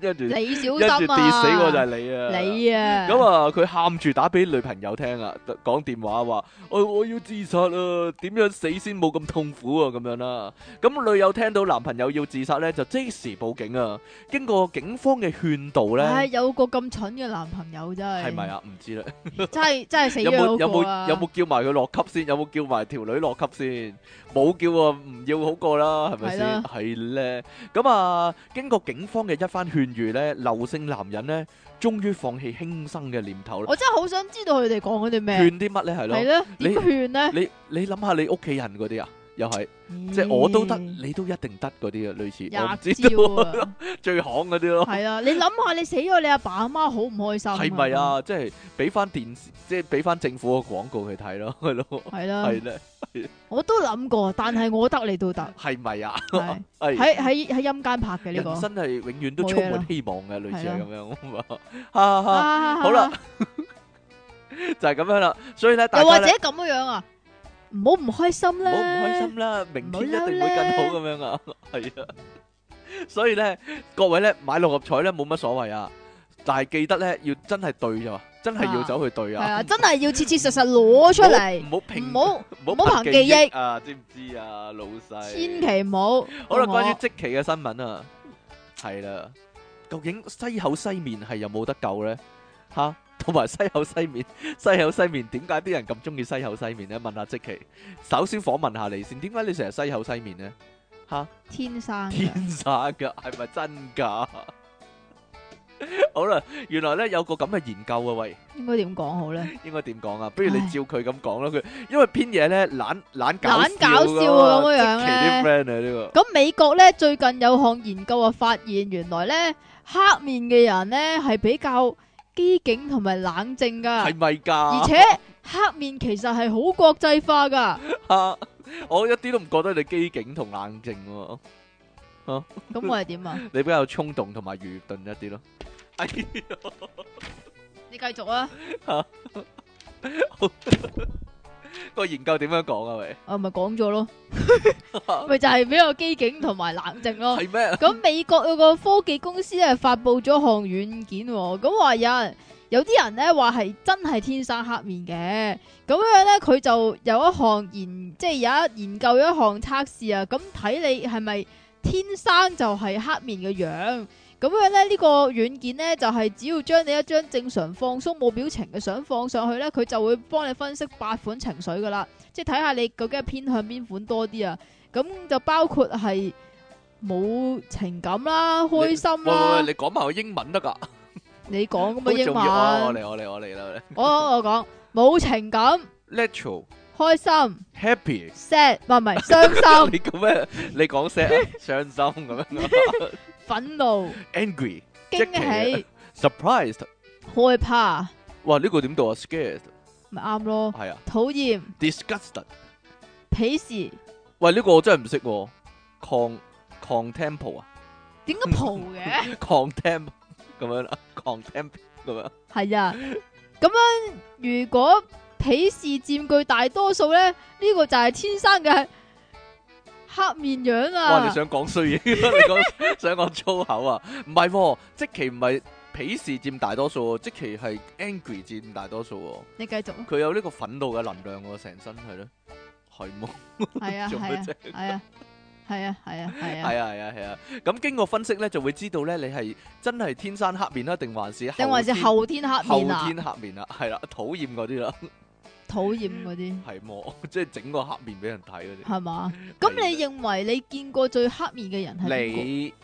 A: 跟住
B: <laughs> 你小
A: 跟住
B: 心
A: 跌
B: 啊！
A: 死我就係你啊！
B: 你啊！
A: 咁啊，佢喊住打俾女朋友聽啊，講電話話：我、我要自殺啊，點樣死先冇咁痛苦啊？咁樣啦。咁女友聽到男朋友要自殺呢，就即時報警啊。經過警方嘅勸導呢，
B: 唉，有個咁蠢嘅男朋友真係，
A: 係咪？啊？唔知咧，
B: 真係真係死
A: 有冇
B: 咗
A: 有
B: 嗰個啊！
A: 冇有冇叫埋佢落級先？有冇叫埋條女落級先？冇叫啊，唔要好過啦，係咪
B: 係
A: 先？
B: 啦
A: 係咧。咁啊，經過警方嘅一番勸喻呢，劉姓男人呢，終於放棄輕生嘅念頭啦。
B: 我真係好想知道佢哋講嗰啲咩？
A: 勸啲乜呢？係咯
B: 係。咧，
A: 你
B: 點勸咧？
A: 你你諗下你屋企人嗰啲啊，又係即係我都得，你都一定得嗰啲啊，類似
B: Dạ,
A: 我唔知道
B: 啊！
A: 最行嗰啲咯，
B: 係啊，你諗下，你死咗，你阿爸阿媽好唔開心？
A: 係咪？啊？即係俾翻電視，即係俾翻政府個廣告佢睇 <laughs> 咯，係咯，
B: 係啦，
A: 係咧，
B: 我都諗過，但係我得你都
A: <laughs>
B: 得，
A: 係咪啊？
B: 係
A: 係
B: 喺喺喺陰間拍嘅呢
A: 人
B: 個。
A: 生係永遠都
B: 冇嘢
A: 充滿
B: 啦
A: 希望嘅，類似係
B: 係
A: 咁樣 <laughs> 哈哈，
B: 啊
A: 好啦，就係咁樣啦。所以咧，大
B: 又或
A: 家
B: 者
A: 咧
B: 咁樣樣啊，唔好唔開心
A: 唔
B: 啦，
A: 好唔開心啦，明天一定會更好咁樣啊， <laughs> 係啊。所以咧，各位咧買六合彩咧冇乜所謂啊，但係記得咧要真係對咋，真係要走去對
B: 係
A: 啊，
B: 啊，真係要切切實實攞出嚟，
A: 唔好
B: 唔
A: 憑
B: 好
A: 唔
B: 唔好憑記憶
A: 啊，知唔知啊，老細？
B: 千祈唔好。
A: 好 <laughs> 啦，
B: 同
A: 關於
B: 我
A: 即期嘅新聞啊，係啦，究竟西口西面係有冇得救咧？吓，同埋西口西面，西口西面點解啲人咁中意西口西面咧？問下即期，首先訪問下你先，點解你成日西口西面咧？吓，
B: 天生啊嘅
A: 天生噶，係咪真噶？ <laughs> 好啦，原來咧有個咁嘅研究啊，喂，
B: 應該點講好咧？
A: 應該點講啊？不如你
B: 唉
A: 照佢咁講啦，佢因為篇嘢咧懶懶搞
B: 懶搞笑啊咁樣
A: 即期啲
B: 咧
A: friend 啊呢個。
B: 咁美國咧最近有項研究啊，發現原來咧黑面嘅人咧係比較機警同埋冷靜噶，
A: 係咪㗎？
B: 而且黑面其實係好國際化噶。
A: 啊！ <laughs> 我一啲都唔覺得你機警同冷靜喎，
B: 咁我係點啊？
A: 你比較衝動同埋愚鈍一啲咯。哎呀
B: 你繼續啊，
A: 個研究點樣講啊？喂，
B: 哦我咪講咗咯，咪就係比較機警同埋冷靜咯。
A: 係咩？
B: 咁美國有個科技公司咧發布咗項軟件、喎，咁話有人有啲人咧話係真係天生黑面嘅，咁樣咧佢就有一項研，即係有一研究有一項測試啊，咁睇你係咪天生就係黑面嘅樣。咁樣咧，呢個軟件咧就係、只要將你一張正常放鬆冇表情嘅相放上去咧，佢就會幫你分析八款情緒噶啦，即係睇下你究竟係偏向邊款多啲啊。咁就包括係冇情感啦、開心
A: 喂喂
B: 啦
A: 喂，你，講埋個英文得㗎，
B: 你講咁
A: 好
B: 嘅英
A: 重要啊！我
B: 文，
A: 嚟我嚟我嚟啦
B: 我我講冇情感、
A: 我嚟，natural
B: 開心、
A: happy。
B: sad，唔係唔係傷心、
A: 你咁咩？你講 sad 啊
B: <laughs>
A: 傷心咁樣啊
B: 憤怒、
A: ，angry
B: 驚
A: 啊
B: 喜、
A: surprised。
B: 害怕，
A: 哇！呢個點讀啊？scared
B: 咪啱咯，
A: 係啊
B: 討厭、
A: ，disgusted。
B: 鄙視，
A: 喂，呢個我真係唔識喎。con contemple 啊
B: 點解蒲
A: <laughs>
B: 嘅？
A: ，contem 咁樣啦，contem 咁樣。
B: 系啊，咁样如果鄙視佔據大多數咧，呢、呢個就係天生嘅黑面樣
A: 哇！你
B: 啊！
A: 想講衰嘢， <laughs> 你講想講粗口啊？唔係喎，即其唔係鄙視佔大多數喎，即其係 angry 佔大多數
B: 你繼續啊，
A: <laughs> 喎。佢有呢個憤怒嘅能量喎，成身係咯，係麼？
B: 係啊，
A: 做
B: 係
A: 乜
B: 啊
A: 啫，
B: 係啊，系啊系啊系啊，
A: 係啊係啊係啊，咁經過分析咧，就會知道咧你係真係天生黑面啦，啊定還是
B: 定還是
A: 天
B: 後天黑面
A: 後
B: 啊？
A: 天黑面啦，係啦，討厭嗰啲啦，
B: 討厭嗰啲
A: 係麼？即係整個黑面俾人睇嗰啲。
B: 係嘛？咁你認為你見過最黑面嘅人係邊個？
A: 你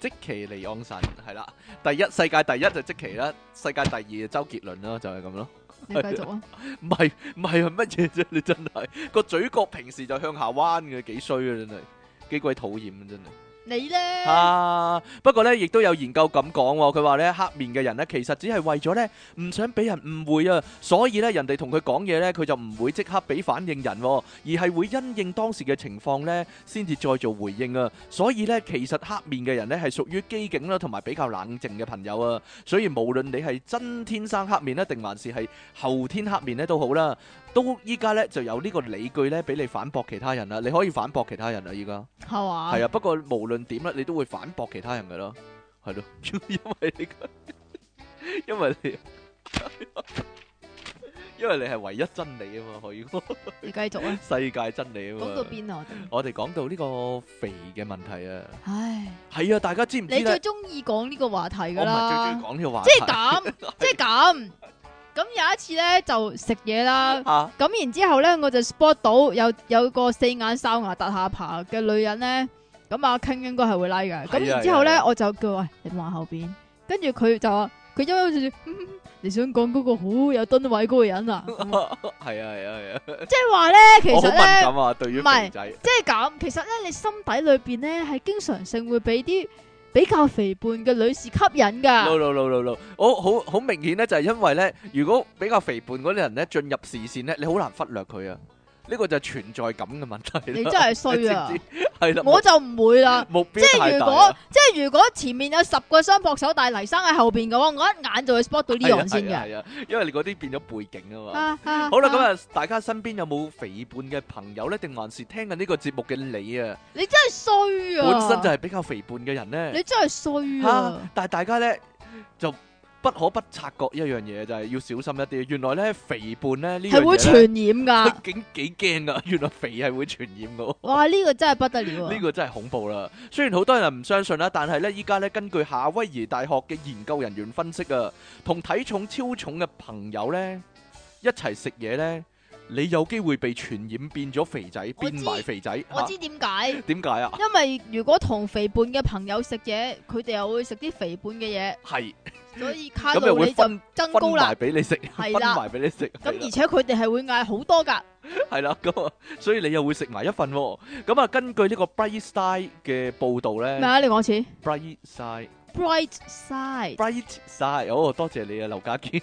A: 即其尼昂神係啦，第一世界第一就即其啦，世界第二就周杰倫啦，就係咁咯。
B: 你繼續啊！
A: <laughs> 唔係唔係係乜嘢啫？你真係個嘴角平時就向下彎嘅，幾衰啊！真係幾鬼討厭啊！真係。
B: 你咧
A: 啊！不過咧，亦都有研究咁講喎，佢話咧黑面嘅人咧，其實只係為咗咧唔想俾人誤會啊，所以咧人哋同佢講嘢咧，佢就唔會即刻俾反應人喎，而係會因應當時嘅情況咧，先至再做回應啊。所以咧，其實黑面嘅人咧係屬於機警啦，同埋比較冷靜嘅朋友啊。所以無論你係真天生黑面咧，定還是係後天黑面咧都好啦，都依家咧就有呢個理據咧俾你反駁其他人啦，你可以反駁其他人啦，依家。
B: 係嘛？
A: 系啊，不過無論點咧，你都會反駁其他人噶咯，係咯， <laughs> 因為你個 <laughs> 因為你 <laughs> 因為你係唯一真理啊嘛，可以講
B: 你繼續啊！
A: <laughs> 世界真理啊
B: 講到
A: 嘛。
B: 邊啊？我哋
A: 我哋講到呢個肥嘅問題啊，
B: 唉，
A: 係啊，大家知唔知
B: 你最
A: 咧？
B: 中意講呢個話題
A: 我
B: 㗎
A: 唔係最中
B: 啦
A: 意，講呢個話題
B: 即係咁，即係
A: <laughs>
B: 咁。咁有一次咧就食嘢啦。
A: 啊，
B: 咁然之後咧，我就 spot 到有有個四眼哨牙突下巴嘅女人咧，咁阿 King 應該係會 like 嘅。咁
A: 係啊
B: 然之後
A: 係
B: 咧
A: 啊，
B: 我就叫喂你望下後邊，跟住佢就話佢悠悠住住，嗯你想講嗰個好有噸位嗰個
A: <laughs>
B: 人啊？咁
A: 係
B: 啊
A: 啊係啊係啊，
B: 即係話咧，其
A: 我好
B: 實
A: 敏感
B: 咧，
A: 啊，對於
B: 唔係
A: 肥仔
B: 即係咁，其實咧，你心底裏邊咧係經常性會俾啲比較肥胖嘅女士吸引
A: ，no
B: 㗎。
A: no no no no，我好好明顯咧，就係因為咧，如果比較肥胖嗰啲人咧進入視線咧，你好難忽略佢啊，呢個就係存在感嘅問題啦。
B: 你真係
A: <laughs>
B: 衰啊！
A: 系啦，
B: 我就唔會啦。
A: 目目
B: 即
A: 標
B: 係
A: 太
B: 如
A: 大啊
B: 果
A: 啦，
B: 即係如果前面有十個雙膊手大黎生喺後邊嘅話，我一眼就會 spot 到呢樣先嘅。
A: 係啊，係啊因為你嗰啲變咗背景啊嘛。
B: 啊啊
A: 好啦，咁
B: 啊
A: 啊，大家身邊有冇肥胖嘅朋友咧？定還是聽緊呢個節目嘅你啊，
B: 你真係衰
A: 本
B: 啊！
A: 身就係比較肥胖嘅人咧
B: 你，真係衰
A: 吓
B: 啊！，
A: 但係大家咧就不可不察覺一樣嘢，就係要小心一啲。原來咧肥胖咧呢樣
B: 係會
A: 嘢咧，
B: 傳染
A: <laughs>
B: 噶
A: 佢，竟幾驚噶。原來肥係會傳染噶。
B: 哇！呢個真係不得了啊
A: 呢！個真係恐怖啦！雖然好多人唔相信啦，但係呢，依家呢，根據夏威夷大學嘅研究人員分析啊，同體重超重嘅朋友呢，一齊食嘢呢，你有機會被傳染變咗肥仔，
B: 我知
A: 變埋肥仔。
B: 我
A: 嚇
B: 知點解，
A: 點解啊？
B: 因為如果同肥胖嘅朋友食嘢，佢哋又會食啲肥胖嘅嘢，
A: 係
B: 所以卡
A: 嗯咁又
B: 路
A: 會
B: 里就
A: 分
B: 增
A: 分
B: 高
A: 埋
B: 啦。
A: 俾你食，分
B: 係啦
A: 埋俾你食。
B: 咁
A: 係啦
B: 而且佢哋係會嗌好多㗎，
A: 係啦，咁啊，所以你又會食埋一份喎。咁啊，根據呢個 Bright Side 嘅報導
B: 咩
A: 呢
B: 啊？你講次
A: Bright Side。
B: bright side，
A: Bright Side，哦，多謝你啊，劉家
B: <laughs>
A: 堅。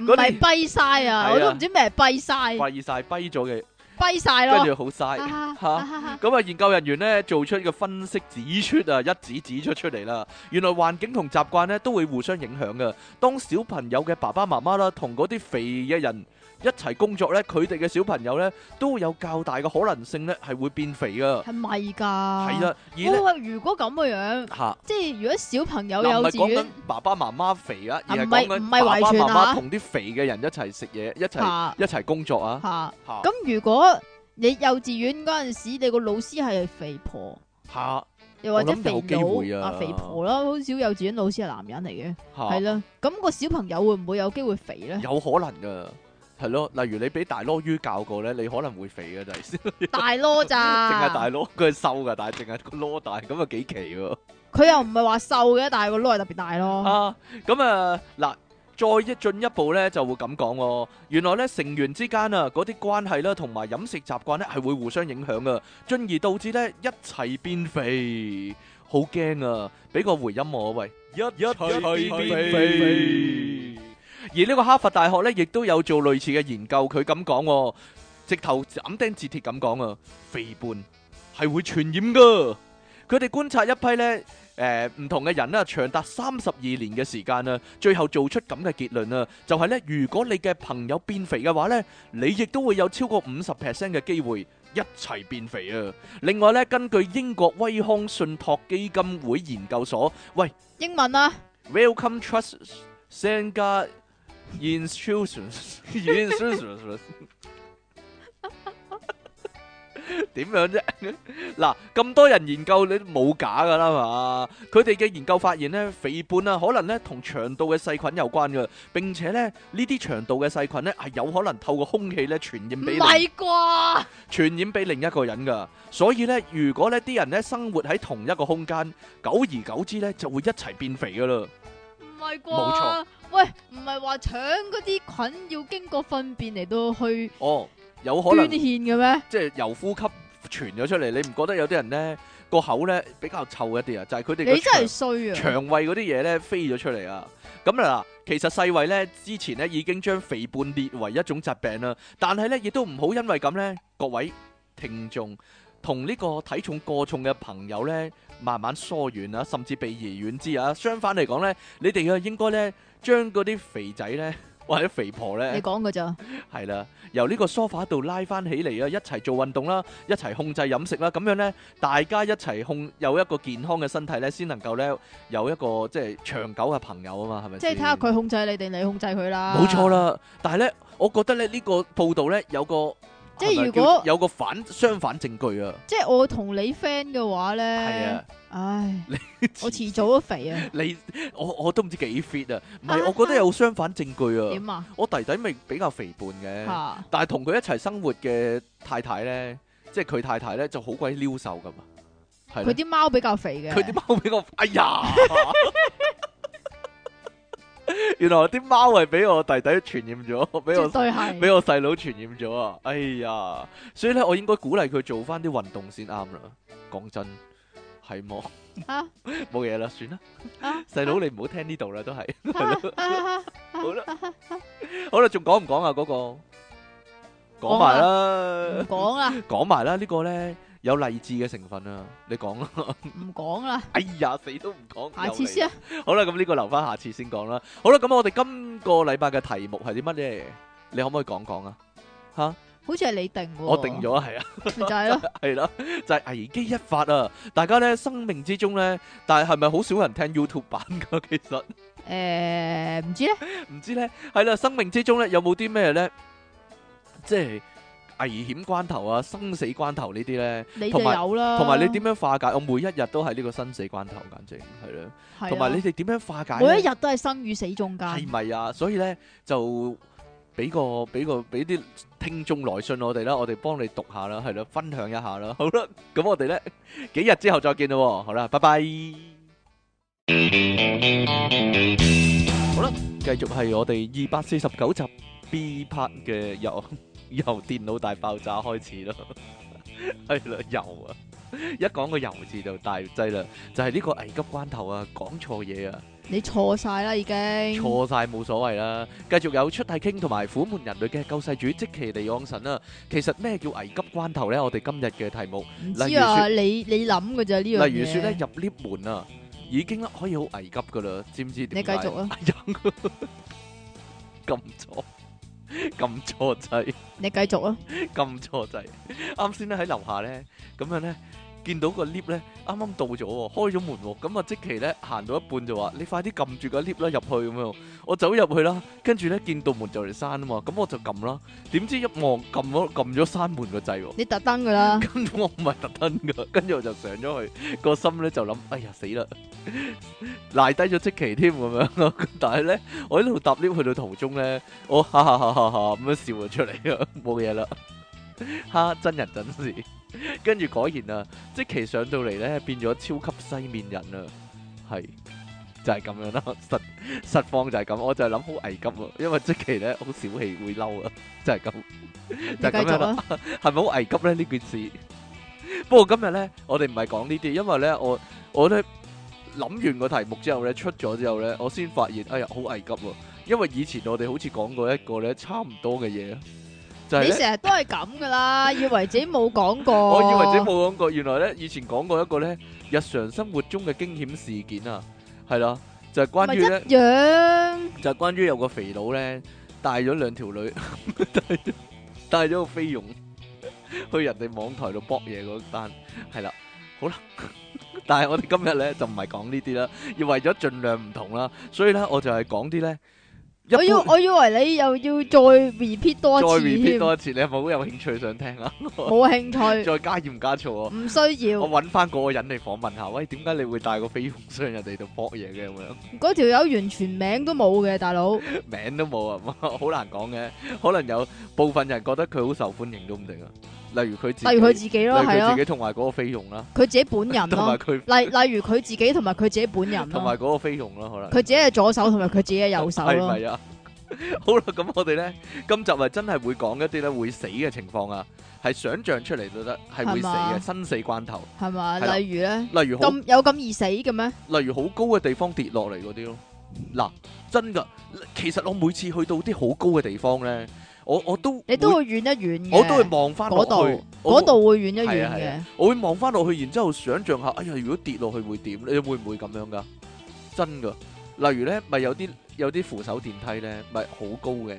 B: 唔
A: 嗰啲
B: 係跛晒啊！我
A: 係
B: 都
A: 啊
B: 唔知咩係跛晒，
A: Bright Side 跛咗嘅，
B: 跛晒
A: 跟
B: 咯。
A: 住好嘥。
B: 啊哈
A: 嚇
B: 哈哈哈
A: 咁啊，研究人員咧做出嘅分析指出啊，一指指出出嚟啦，原來環境同習慣咧都會互相影響嘅。當小朋友嘅爸爸媽媽啦，同嗰啲肥嘅人一齊工作咧，佢哋嘅小朋友咧都有較大嘅可能性咧係會變肥噶。
B: 係咪㗎？
A: 係
B: 係
A: 啦，而咧
B: 喂，如果咁嘅樣。
A: 嚇，
B: 即係如果小朋友
A: 嗱唔
B: 哦幼
A: 係
B: 稚
A: 講緊
B: 園
A: 爸爸媽媽肥啊，而係
B: 唔
A: 講
B: 係
A: 緊
B: 唔
A: 爸
B: 係
A: 爸
B: 遺傳啊
A: 媽媽同啲肥嘅人一齊食嘢，一齊
B: 嚇
A: 一齊工作啊。
B: 嚇，
A: 嚇
B: 咁如果你幼稚園嗰陣時，你個老師係肥婆，
A: 嚇
B: 又或者
A: 我諗有
B: 肥
A: 機會
B: 佬
A: 啊
B: 肥婆啦，好少幼稚園老師係男人嚟嘅，
A: 嚇？
B: 係啦，咁個小朋友會唔會有機會肥咧
A: 有可能噶，係咯。例如你俾大鱸魚教過咧，你可能會肥嘅，就係 <laughs> 先。
B: 大囉
A: <laughs> 淨係啊大
B: 咋，
A: 攞，佢係瘦噶，但係淨係個攞大，咁啊幾奇喎！
B: 佢又唔係話瘦嘅，但係個籮係特別大咯，
A: 啊，咁啊嗱。再一進一步咧，就會咁講喎。原來咧成員之間啊，嗰啲關係啦，同埋飲食習慣咧，係會互相影響噶，進而導致咧一齊變肥，好驚啊！俾個回音我啊喂，一一齊變肥。而呢個哈佛大學咧，亦都有做類似嘅研究，佢咁講喎，直頭斬釘截鐵咁講啊，肥胖係會傳染噶。佢哋觀察一批咧。誒唔同嘅人啦，長達三十二年嘅時間啦，最後做出咁嘅結論啦，就係咧，如果你嘅朋友變肥嘅話咧，你亦都會有超過五十 percent 嘅機會一齊變肥啊！另外咧，根據英國威康信託基金會研究所
B: 英文啊啦，
A: Welcome Trust Senga <laughs> Institutions Institutions <laughs> 點樣啫？嗱，咁多人研究，你都冇假噶啦嘛？佢哋嘅研究發現咧，肥胖啊，可能咧同腸道嘅細菌有關噶，並且咧呢啲腸道嘅細菌咧係有可能透過空氣咧傳染
B: 唔
A: 俾你。
B: 係啩？
A: 傳染俾另一個人噶，所以咧，如果呢啲人咧生活喺同一個空間，久而久之咧就會一齊變肥噶啦。
B: 唔係啩？
A: 冇錯
B: 喂，唔係話腸嗰啲菌要經過糞便嚟到去
A: 哦，有可
B: 捐
A: 能
B: 獻嘅咩？
A: 即係由呼吸傳咗出嚟，你唔覺得有啲人咧個口咧比較臭一啲啊？就係佢哋個
B: 你真係
A: 腸
B: 衰啊！
A: 腸胃嗰啲嘢咧飛咗出嚟啊！咁啊嗱，其實世衛咧之前咧已經將肥胖列為一種疾病啦，但係咧亦都唔好因為咁咧，各位聽眾同呢個體重過重嘅朋友咧慢慢疏遠啊，甚至避而遠之啊。相反嚟講咧，你哋啊應該咧將嗰啲肥仔咧或者肥婆咧
B: 你講嘅咋？
A: 係啦，由呢個梳化度拉翻起嚟啊，一齊做運動啦，一齊控制飲食啦，咁樣呢，大家一齊控有一個健康嘅身體呢，先能夠呢有一個即係長久嘅朋友啊嘛，係咪
B: 即
A: 先？
B: 係睇下佢啊控制你定你控制佢啦。
A: 冇錯。啦，但係呢，我覺得咧呢個報道呢，有個
B: 即係
A: 係咪
B: 如果
A: 叫有個反相反證據啊，
B: 即係我同你 friend 嘅話咧，
A: 係啊，
B: 唉， <laughs> 我遲早都肥啊。
A: <laughs> 你我我都唔知幾 fit 啊，唔係我覺得有相反證據啊，
B: 點啊？
A: 我弟弟咪比較肥胖嘅。
B: 吓，
A: 但係同佢一齊生活嘅太太咧，即係佢太太咧就好鬼撩瘦噶嘛，係
B: 佢
A: 啦，
B: 啲貓比較肥嘅。
A: 佢啲貓俾我，哎呀，原來啲貓係俾我弟弟傳染咗，俾
B: 絕
A: 我
B: 對
A: <laughs>
B: 係。 <laughs>
A: 俾我細佬傳染咗啊，哎呀，所以咧我應該鼓勵佢做翻啲運動先啱啦，講真係冇
B: 啊
A: <laughs> 冇嘢啦，算啦，
B: 啊
A: 細佬你唔好聽呢度啦，都係
B: 啊啊
A: 好啦，好啦，仲講唔講啊嗰個？講埋
B: 唔
A: 啦。
B: 講啦，
A: <laughs> 講埋啦，呢個咧有勵志嘅成分啊，你講啦。 <laughs>
B: 唔講啦，
A: 哎呀，死都唔講。
B: 下次先
A: 啊
B: 啊。。
A: 好啦，咁呢個留翻下次先講啦。好啦，咁我哋今個禮拜嘅題目係啲乜咧？你可唔可以講講啊？
B: 好似係你定喎。
A: 我定，咗係啊， <laughs>
B: 咪就係咯。
A: 係啦，就係危機一髮啊！大家咧生命之中咧，但係係咪好少人聽 YouTube 版 <laughs> 噶？其實
B: 誒，唔知咧，
A: 唔知咧，係啦，生命之中咧有冇啲咩咧，即係危險關頭啊、生死關頭呢啲咧，
B: 你就
A: 同埋
B: 有啦。
A: 同埋你點樣化解？我每一日都係呢個生死關頭，簡直係啦。
B: 係啊？
A: 同埋你哋點樣化解呢？
B: 每一日都係生與死中間。
A: 係咪啊？所以咧就俾個俾個俾啲聽眾來信我哋啦，我哋幫你讀下啦，係啦，分享一下啦。 <laughs> 好啦，咁我哋咧幾日之後再見咯喎。好啦，拜拜。好啦，繼續係我哋二百四十九集 B part 嘅由 <laughs> 由電腦大爆炸開始啦。 <laughs> 係啦，又啊，一講個油字就大劑啦，就係呢個危急關頭啊，講錯嘢啊！
B: 你錯晒啦，已經。
A: 錯晒冇所謂啦，繼續有出體傾同埋苦悶人類嘅救世主即其利昂神啦。其實咩叫危急關頭呢？我哋今日嘅題目，
B: 唔知啊，你你諗嘅咋呢樣嘢？
A: 例如說咧入 lift 門啊，已經可以好危急噶啦，知唔知點解？
B: 你繼續
A: <laughs>
B: 啊
A: 哎呀！撳錯，撳錯掣，
B: 你繼續啊。
A: 撳錯掣。啱先咧喺樓下呢，咁樣呢，見到個 lift 呢，啱啱到咗喎，開咗門喎，咁啊即期呢，行到一半就話：你快啲撳住個 lift 啦，入去咁樣。我走入去啦，跟住咧見到門就嚟閂啊嘛，咁我就撳啦。點知一望撳咗撳咗閂門個掣喎，
B: 你特登噶啦，
A: 跟住我唔係特登噶，跟住我就上咗去，個心咧就諗：哎呀死啦，賴低咗即期添咁樣。但係咧，我喺度搭 lift 去到途中咧，我哈哈哈哈哈咁樣笑咗出 <laughs> 嚟啊，冇嘢啦，哈真人真事。跟住果然啊，即期上到嚟咧變咗超級西面人啊，係就係、咁樣啦，實實況就係咁，我就係諗好危急啊，因為即期咧好小氣會嬲啊，就係咁。
B: 你繼
A: <laughs> 就係咁樣
B: 續
A: 啦
B: 啊。
A: 係咪好危急咧呢件事？不過今日咧，我哋唔係講呢啲，因為咧我我咧諗完個題目之後咧，出咗之後咧，我先發現哎呀好危急喎！因為以前我哋好似講過一個咧差唔多嘅嘢，就係
B: 你
A: 咧
B: 成日都係咁噶啦，以為自己冇講過。
A: <laughs> 我以為自己冇講過，原來咧以前講過一個咧日常生活中嘅驚險事件啊，係啦，就係關
B: 咪
A: 於
B: 一
A: 咧
B: 樣，
A: 就係關於有個肥佬咧帶咗兩條女， <laughs> 帶咗帶咗個菲傭去人哋網台度搏嘢嗰單，係啦， <laughs> 好啦，但係我哋今日咧就唔係講呢啲啦，要為咗盡量唔同啦，所以咧我就係講啲咧一
B: 我要
A: 般
B: 我以為你又要再 repeat 多
A: 再
B: 一次
A: repeat
B: 添，
A: 多一次，你係咪好有興趣想聽啊？
B: <laughs> 冇興
A: <laughs>
B: 趣，
A: 再加鹽加醋啊！
B: 唔需要
A: 我。揾翻嗰個人嚟訪問下，喂，點解你會帶個飛熊箱人哋度搏嘢嘅咁樣？
B: 嗰條友完全名都冇嘅，大佬。
A: 名都冇啊，好難講嘅。可能有部分人覺得佢好受歡迎都唔定啊。例如佢自己，
B: 例如佢自己
A: 例如
B: 咯，係
A: 佢自
B: 咯，
A: 己同埋嗰個菲傭啦，
B: 佢自己本人
A: 同埋
B: 咯。
A: 佢
B: 例例如佢自己同埋佢自己本人
A: 同
B: 咯，
A: 埋嗰個菲傭啦，可能
B: 佢自己嘅左手同埋佢自己嘅右手
A: 係
B: 咯。
A: 咪啊？ <laughs> 好啦，咁我哋咧今集咪真係會講一啲咧會死嘅情況啊，係想像出嚟都得，係會死
B: 係
A: 嘅
B: 嘛
A: 生死關頭。
B: 係嘛？
A: 係啦
B: 例如咧，
A: 例如好
B: 咁有咁易死嘅咩？
A: 例如好高嘅地方跌落嚟嗰啲咯。嗱，真噶，其實我每次去到啲好高嘅地方咧，我我都
B: 你都
A: 會
B: 會遠一遠嘅。
A: 我都會望翻落
B: 嗰
A: 去
B: 度，
A: 我
B: 嗰度會遠一
A: 係
B: 遠
A: 啊係
B: 嘅
A: 啊。我會望翻落去，然之後想像下，哎呀，如果跌落去會點？你會唔會咁樣噶？真噶，例如咧，咪有啲有啲扶手電梯咧，咪好高嘅。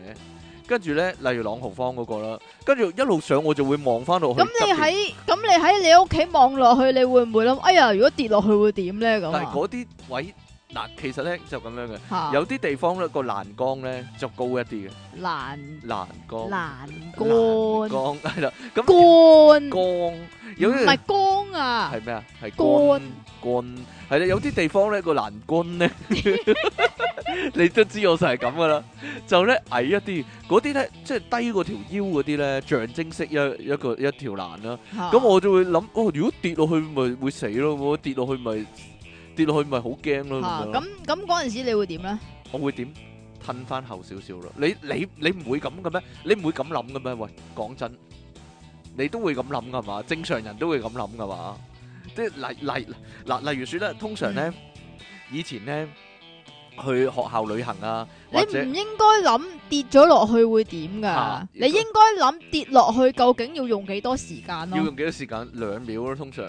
A: 跟住咧，例如朗豪坊嗰個啦，跟住一路上我就會望翻落去。
B: 咁你喺咁你喺你屋企望落去，你會唔會諗？哎呀，如果跌落去會點咧？
A: 側邊
B: 咁
A: 但係
B: 啊
A: 嗰啲位嗱，其實咧就咁樣嘅，
B: 嚇，
A: 有啲地方咧個欄杆咧就高一啲嘅
B: 欄
A: 欄杆。
B: 欄
A: 欄
B: 杆
A: 杆係啦，咁
B: 杆
A: 杆有
B: 唔
A: 啲
B: 係光啊，
A: 係咩啊？係
B: 杆
A: 杆杆係啦，有啲地方咧個欄杆咧，你都知我就係咁噶啦，就咧矮一啲，嗰啲咧即係低過條腰嗰啲咧，象徵式一一個一條欄啦。
B: 嚇
A: 咁我就會諗，哦，如果跌落去咪會死咯，我跌落去咪跌落去咪好驚咯
B: 嚇
A: 咁樣。
B: 咁咁嗰陣時你會點咧？
A: 我會點？褪翻後少少咯。你你你唔會咁嘅咩？你唔會咁諗嘅咩？喂，講真，你都會咁諗噶嘛？正常人都會咁諗噶嘛？即係例例嗱，例如説咧，通常咧，以前咧去學校旅行啊，
B: 你
A: 或者
B: 唔應該諗跌咗落去會點㗎
A: 嚇？
B: 你應該諗跌落去究竟要用幾多時間
A: 要
B: 咯？
A: 用幾多時間？兩秒咯，通常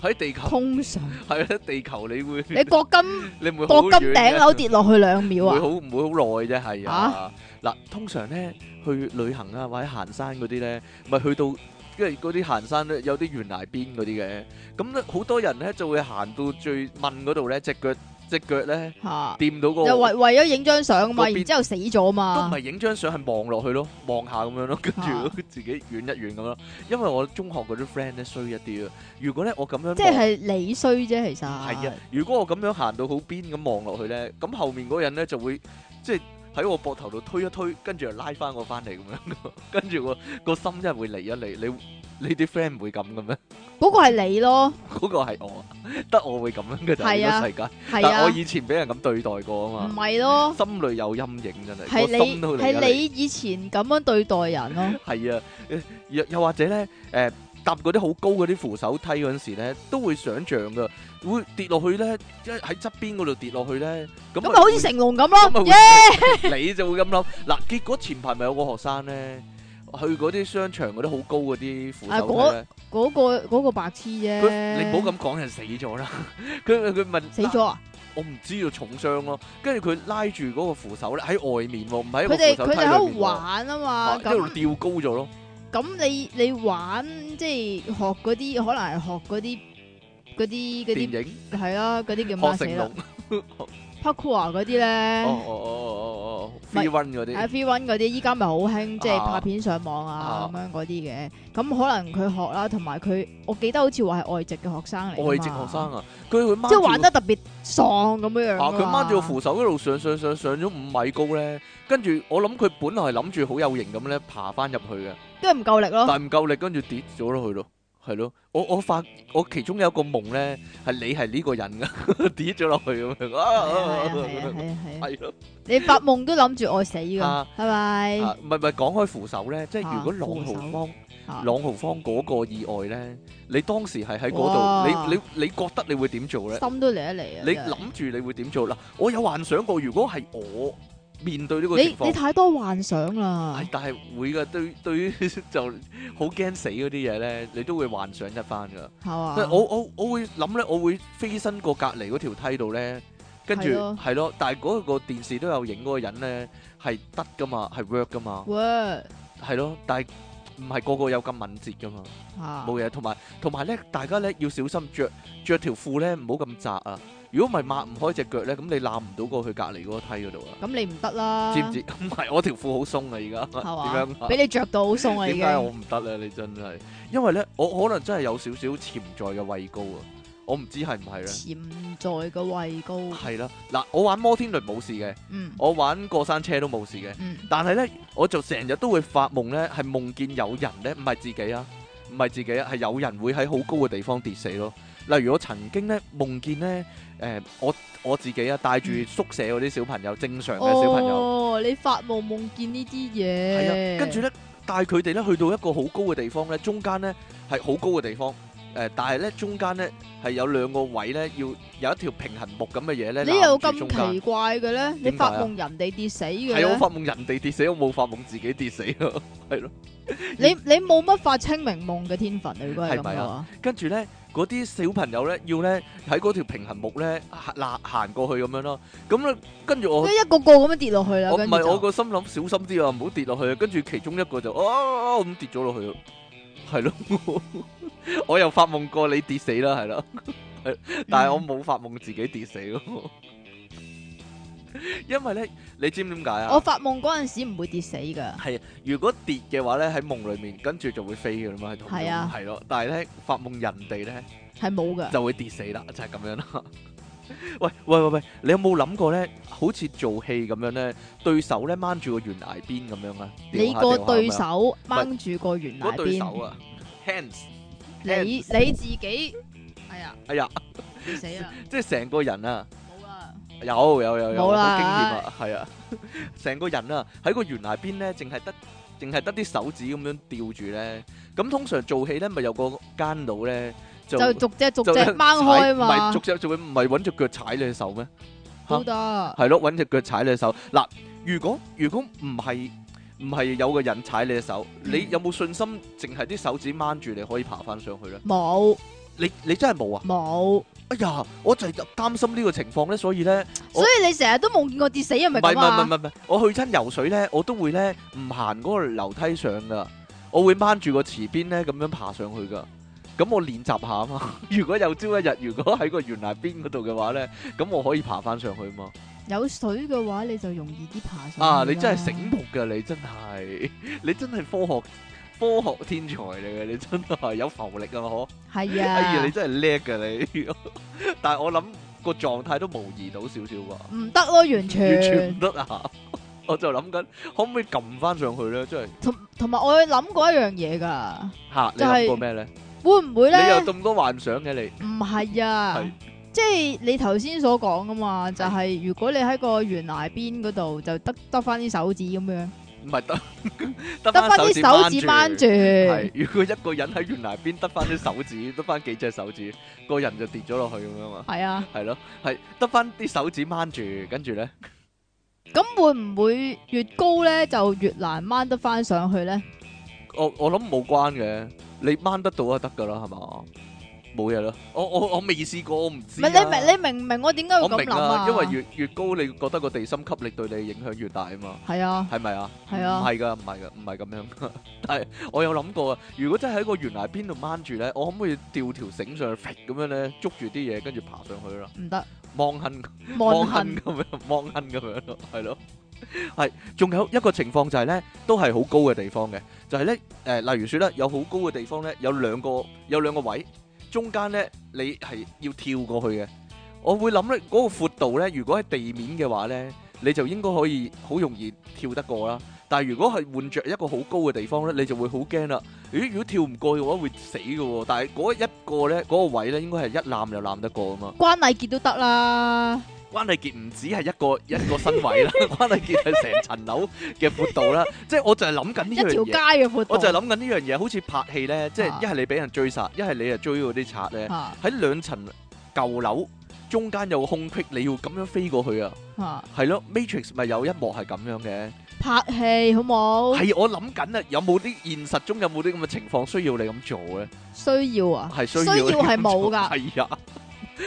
A: 喺地球
B: 通
A: <laughs>
B: 常
A: 係咧，地球你會
B: 你國金
A: 你唔會好
B: 國金
A: 遠
B: 頂
A: 嘅
B: 樓跌落去兩秒
A: 唔會
B: 啊
A: 好唔會好耐啫，係啊。嗱，通常咧去旅行啊或者行山嗰啲咧，咪去到跟住嗰啲行山咧有啲懸崖邊嗰啲嘅，咁咧好多人咧就會行到最問嗰度咧，只腳只腳咧
B: 嚇！
A: 掂到個
B: 又為為咗影張相嘛，
A: 嗰邊
B: 然之後死咗
A: 都唔
B: 嘛
A: 係，影張相，係望落去咯，望下咁樣咯，
B: <laughs>
A: 跟
B: 啊
A: 住自己遠一遠咁咯。因為我中學嗰啲 friend 咧衰一啲啊，如果咧我咁樣
B: 即
A: 望
B: 係你衰啫，其實
A: 係啊，如果我咁樣行到好邊咁望落去咧，咁後面嗰個人咧就會即係喺我膊頭度推一推，跟住又拉翻我翻嚟咁樣， <laughs> 跟住個個心真係會離一離。你你啲 friend 唔會咁嘅咩？ <laughs>
B: 嗰個係你咯，
A: 嗰個係我，得我會咁樣嘅就係
B: 係
A: 呢
B: 啊
A: 個世界。但
B: 係
A: 我
B: 啊，
A: 以前俾人咁對待過啊
B: 唔
A: 嘛，
B: 係咯，
A: 心裏有陰影真係，
B: 係
A: 個心
B: 你
A: 都離一
B: 係
A: 離。
B: 你以前咁樣對待人咯，
A: 係啊，誒又又或者咧，誒、搭嗰啲好高嗰啲扶手梯嗰陣時咧，都會想像噶，會跌落去咧，即係喺側邊嗰度跌落去咧，咁
B: 咁
A: 咪
B: 咪好似成龍咁
A: 咁咪
B: 咯，
A: 會
B: 哦
A: <laughs>
B: 耶！
A: 你就會咁諗。嗱，結果前排咪有個學生咧，去嗰啲商場嗰啲好高嗰啲扶手梯咧，
B: 啊嗰個嗰個白痴啫，
A: 佢、你唔好咁講，人死咗啦。 <laughs> 佢佢問
B: 死咗啊！
A: 我唔知道重傷咯，跟住佢拉住嗰個扶手咧喺外面喎，唔喺個
B: 佢哋
A: 扶手
B: 佢
A: 梯裏
B: 哋喺度
A: 面喎，
B: 玩啊
A: 啊
B: 嘛，
A: 一路
B: 咁
A: 吊高咗咯。
B: 咁你你玩即係學嗰啲，可能係學嗰啲嗰啲嗰
A: 電
B: 啲
A: 影
B: 係啊，嗰啲叫咩
A: 學
B: 死
A: 成
B: 啦
A: 龍。
B: ，parkour 嗰啲咧。
A: 哦哦哦哦哦
B: 咪
A: ，free run 嗰
B: 喺
A: 啲
B: free run 嗰啲，依家咪好興，即係
A: 啊
B: 拍片上網啊
A: 啊
B: 咁樣嗰啲嘅。咁可能佢學啦，同埋佢，我記得好似話係外籍嘅學生嚟㗎嘛。
A: 外籍學生啊，佢會掹
B: 即
A: 住
B: 係玩得特別喪咁樣樣
A: 啊，佢
B: 㗎嘛
A: 掹住個扶手一路上上上上咗五米高咧，跟住我諗佢本來係諗住好有型咁咧爬翻入去嘅，
B: 跟住唔夠力咯。
A: 但唔夠力，跟住跌咗落去咯。係咯，我我發我其中有一個夢咧，係你係呢個人噶，跌咗落去咁樣
B: 係啊
A: 啊，
B: 係啊係啊係啊！
A: 係咯，
B: 你發夢都諗住我死㗎
A: 啊，
B: 拜拜。
A: 啊唔係唔係講開扶手咧，即係如果朗
B: 啊扶
A: 豪
B: 手
A: 坊
B: 啊
A: 朗豪坊嗰個意外咧，你當時係喺
B: 哇
A: 嗰度，你你你覺得你會點做咧？
B: 心都嚟一嚟啊！
A: 你
B: 真係
A: 諗住你會點做嗱？我有幻想過，如果係我面對呢個情
B: 你你
A: 況，
B: 太多幻想啦
A: 唉，但係會噶，對 <laughs> 對於就好驚死嗰啲嘢咧，你都會幻想一番噶。
B: 係嘛
A: 即係？我我我會諗咧，我會飛身過隔離嗰條梯度咧，跟住
B: 係咯
A: 係咯，但係嗰個電視都有影嗰個人咧係得噶嘛，係 work 噶嘛，
B: 喂
A: 係咯，但係唔係個個有咁敏捷噶嘛，
B: 嚇
A: 冇嘢。同埋同埋咧，大家咧要小心着着條褲咧，唔好咁窄啊，如果唔係抹唔開只腳咧，咁你攬唔到過去隔離嗰個梯嗰度啊，
B: 咁你唔得啦，
A: 知唔 <laughs> 知？唔係我條褲好鬆啊，而
B: 係
A: 家
B: 嘛
A: 點樣啊？
B: 俾你着到好鬆啊，已
A: 點
B: 經
A: 解我唔得咧？你真係，因為咧，我可能真係有少少潛在嘅畏高啊，我唔知係唔係咧。
B: 潛在嘅畏高，
A: 係啦，嗱，我玩摩天輪冇事嘅，
B: 嗯
A: 我玩過山車都冇事嘅，
B: 嗯，
A: 但係咧，我就成日都會發夢咧，係夢見有人咧，唔係自己啊，唔係自己啊，係有人會喺好高嘅地方跌死咯。例如我曾經咧夢見咧，誒、我我自己啊，帶住宿舍嗰啲小朋友，正常嘅小朋友。
B: 哦，你發夢夢見呢啲
A: 係
B: 嘢，
A: 啊，跟住咧帶佢哋咧去到一個好高嘅地方咧，中間咧係好高嘅地方，誒、但係咧中間咧係有兩個位咧，要有一條平衡木咁嘅嘢咧，
B: 你又
A: 攬住中
B: 咁奇
A: 間。
B: 怪嘅咧？你
A: 點解啊
B: 發夢人哋跌死嘅
A: 係啊，我
B: 咧，
A: 發夢人哋跌死，我冇發夢自己跌死 <laughs> 咯，係咯。
B: 你你冇乜發清明夢嘅天分啊！如果係咁
A: 係咪
B: 嘅
A: 啊
B: 話，
A: 跟住咧，嗰啲小朋友咧要咧喺嗰條平衡木咧行行過去咁樣咯。咁咧跟住我
B: 即。係一個個咁樣跌落去啦，
A: 我唔
B: 跟住
A: 係我
B: 就
A: 個心諗小心啲啊，唔好跌落去啊。跟住其中一個就哦哦哦咁跌咗落去咯， <laughs> 係咯。我又發夢過你跌死啦，係啦，但係我冇發夢自己跌死咯。 <laughs> 因為咧，你知唔知點解
B: 嗯我
A: 啊？
B: 發夢嗰陣時唔會跌死㗎，
A: 如果跌嘅話咧，喺夢裏面跟住就會飛嘅啦嘛，喺度
B: 係啊
A: 係咯。但係咧，發夢人哋咧
B: 係冇㗎。
A: 就會跌死啦， <laughs> 就係咁樣啦。喂喂喂喂，你有冇諗過咧？好似做戲咁樣咧，對手咧掹住個懸崖邊咁樣啊？
B: 你
A: 個
B: 個對手掹住個懸
A: 我
B: 崖
A: 對手
B: 邊，
A: 啊，hands，
B: 你你自己係啊，
A: 哎呀，
B: 你死啦，
A: 即係成個人啊，
B: 冇啦，
A: 有有有有，
B: 冇
A: 好
B: 啦
A: 經驗啊， <laughs> 係啊，成個人啊喺個懸崖邊咧，淨係得淨係得啲手指咁樣吊住咧。咁通常做戲咧，咪有個奸佬咧就
B: 就逐隻逐隻
A: 咧
B: 掹開啊嘛
A: 唔係逐，隻做唔係揾只腳踩你隻手咩？
B: 都得。
A: 係咯，揾只腳踩你隻手。嗱，如果如果唔係唔係有個人踩你隻手，
B: 嗯
A: 你有冇信心淨係啲手指掹住你可以爬翻上去咧？
B: 冇
A: 你你真係冇啊！
B: 冇，
A: 哎呀，我就係擔心呢個情況咧，所以咧，我
B: 所以你成日都夢見我跌死，係
A: 唔
B: 咪
A: 係唔
B: 咁
A: 係唔
B: 啊？
A: 係唔係，我去親游水咧，我都會咧唔行嗰個樓梯上噶，我會掹住個池邊咧咁樣爬上去噶。咁我練習下啊嘛， <laughs> 如果有朝一日如果喺個懸崖邊嗰度嘅話咧，咁我可以爬翻上去嘛。
B: 有水嘅話你就容易啲爬上去啦。
A: 啊！你真係醒目噶，你真係， <laughs> 你真係科學科學天才嚟嘅，你真係有浮力啊！嗬，
B: 係
A: 哎呀，你
B: 啊，
A: 真係叻噶你， <laughs> 但係我諗個狀態都模擬到少少喎，
B: 唔得咯，完
A: 完全
B: 全
A: 唔。得啊！ <laughs> 我就諗緊可唔可以撳翻上去咧，真係
B: 同同埋我有諗過一樣嘢㗎，
A: 嚇你
B: 就係
A: 諗過咩咧？
B: 會唔會
A: 你
B: 咧？
A: 有咁多幻想嘅你，
B: 唔係啊
A: 係，
B: 即係你頭先所講啊嘛，就係如果你喺個懸崖邊嗰度，就得得翻啲手指咁樣，
A: 唔係得
B: 得
A: <laughs> 得
B: 翻
A: 翻
B: 啲手指掹
A: 掹住。係
B: 住，，
A: 如果一個人喺懸崖邊得翻啲手指，得翻幾隻手指，個人就跌咗落去咁樣嘛。
B: 係啊，
A: 系咯，系得翻啲手指掹住，跟住咧，
B: 咁會唔會越高咧就越難掹得翻上去咧？
A: 我我諗冇關嘅，你掹得到就得噶啦，係嘛？冇嘢啦，我我我未試過，我唔
B: 唔
A: 知啊。
B: 係你明你明唔明我點解會
A: 我
B: 咁
A: 明
B: 諗
A: 啊
B: 啊？，
A: 因為越越高，你覺得個地心吸力對你影響越大啊嘛，
B: 係啊，
A: 係咪啊？
B: 係啊
A: 唔係噶，唔係噶，唔係咁樣㗎。 <laughs> 但係我有諗過啊，如果真係喺個懸崖邊度掹住咧，我可唔可以吊條繩上去，咁樣咧捉住啲嘢，跟住爬上去啦？
B: 唔得，
A: 望恨。
B: 望
A: 恩
B: 恨
A: 咁樣，望恩咁樣咯，係咯，係。仲有一個情況就係咧，都係好高嘅地方嘅，就係咧，誒，例如説咧，有好高嘅地方咧，有兩個有兩個位，中間咧你係要跳過去嘅。我會諗咧，嗰個闊度咧，如果喺地面嘅話咧，你就應該可以好容易跳得過啦。但係如果係換着一個好高嘅地方咧，你就會好驚啦。咦，如果跳唔過嘅話，會死嘅喎。但係嗰一個咧，嗰個位咧，應該係一攬就攬得過啊嘛。
B: 關禮傑都得啦，
A: 關禮傑唔止係一個 <laughs> 一個身位
B: <laughs>
A: 啦，關禮傑係成層樓嘅闊度啦， <laughs> 即係我就係諗緊呢
B: 一
A: 樣
B: 條街
A: 嘢，
B: 嘅闊度，
A: 我就係諗緊呢樣嘢，好似拍戲咧，即
B: 啊
A: 係一係你俾人追殺，一係你係追嗰啲賊咧，
B: 嚇
A: 喺兩層舊樓中間有個空隙，你要咁樣飛過去啊，
B: 嚇
A: 係咯，Matrix 咪有一幕係咁樣嘅，
B: 拍戲好冇？
A: 係我諗緊啊，有冇啲現實中有冇啲咁嘅情況需要你咁做咧？
B: 需要啊，
A: 係需
B: 需要
A: 要 <laughs> 你咁
B: 係冇
A: 做
B: 㗎。
A: 係啊，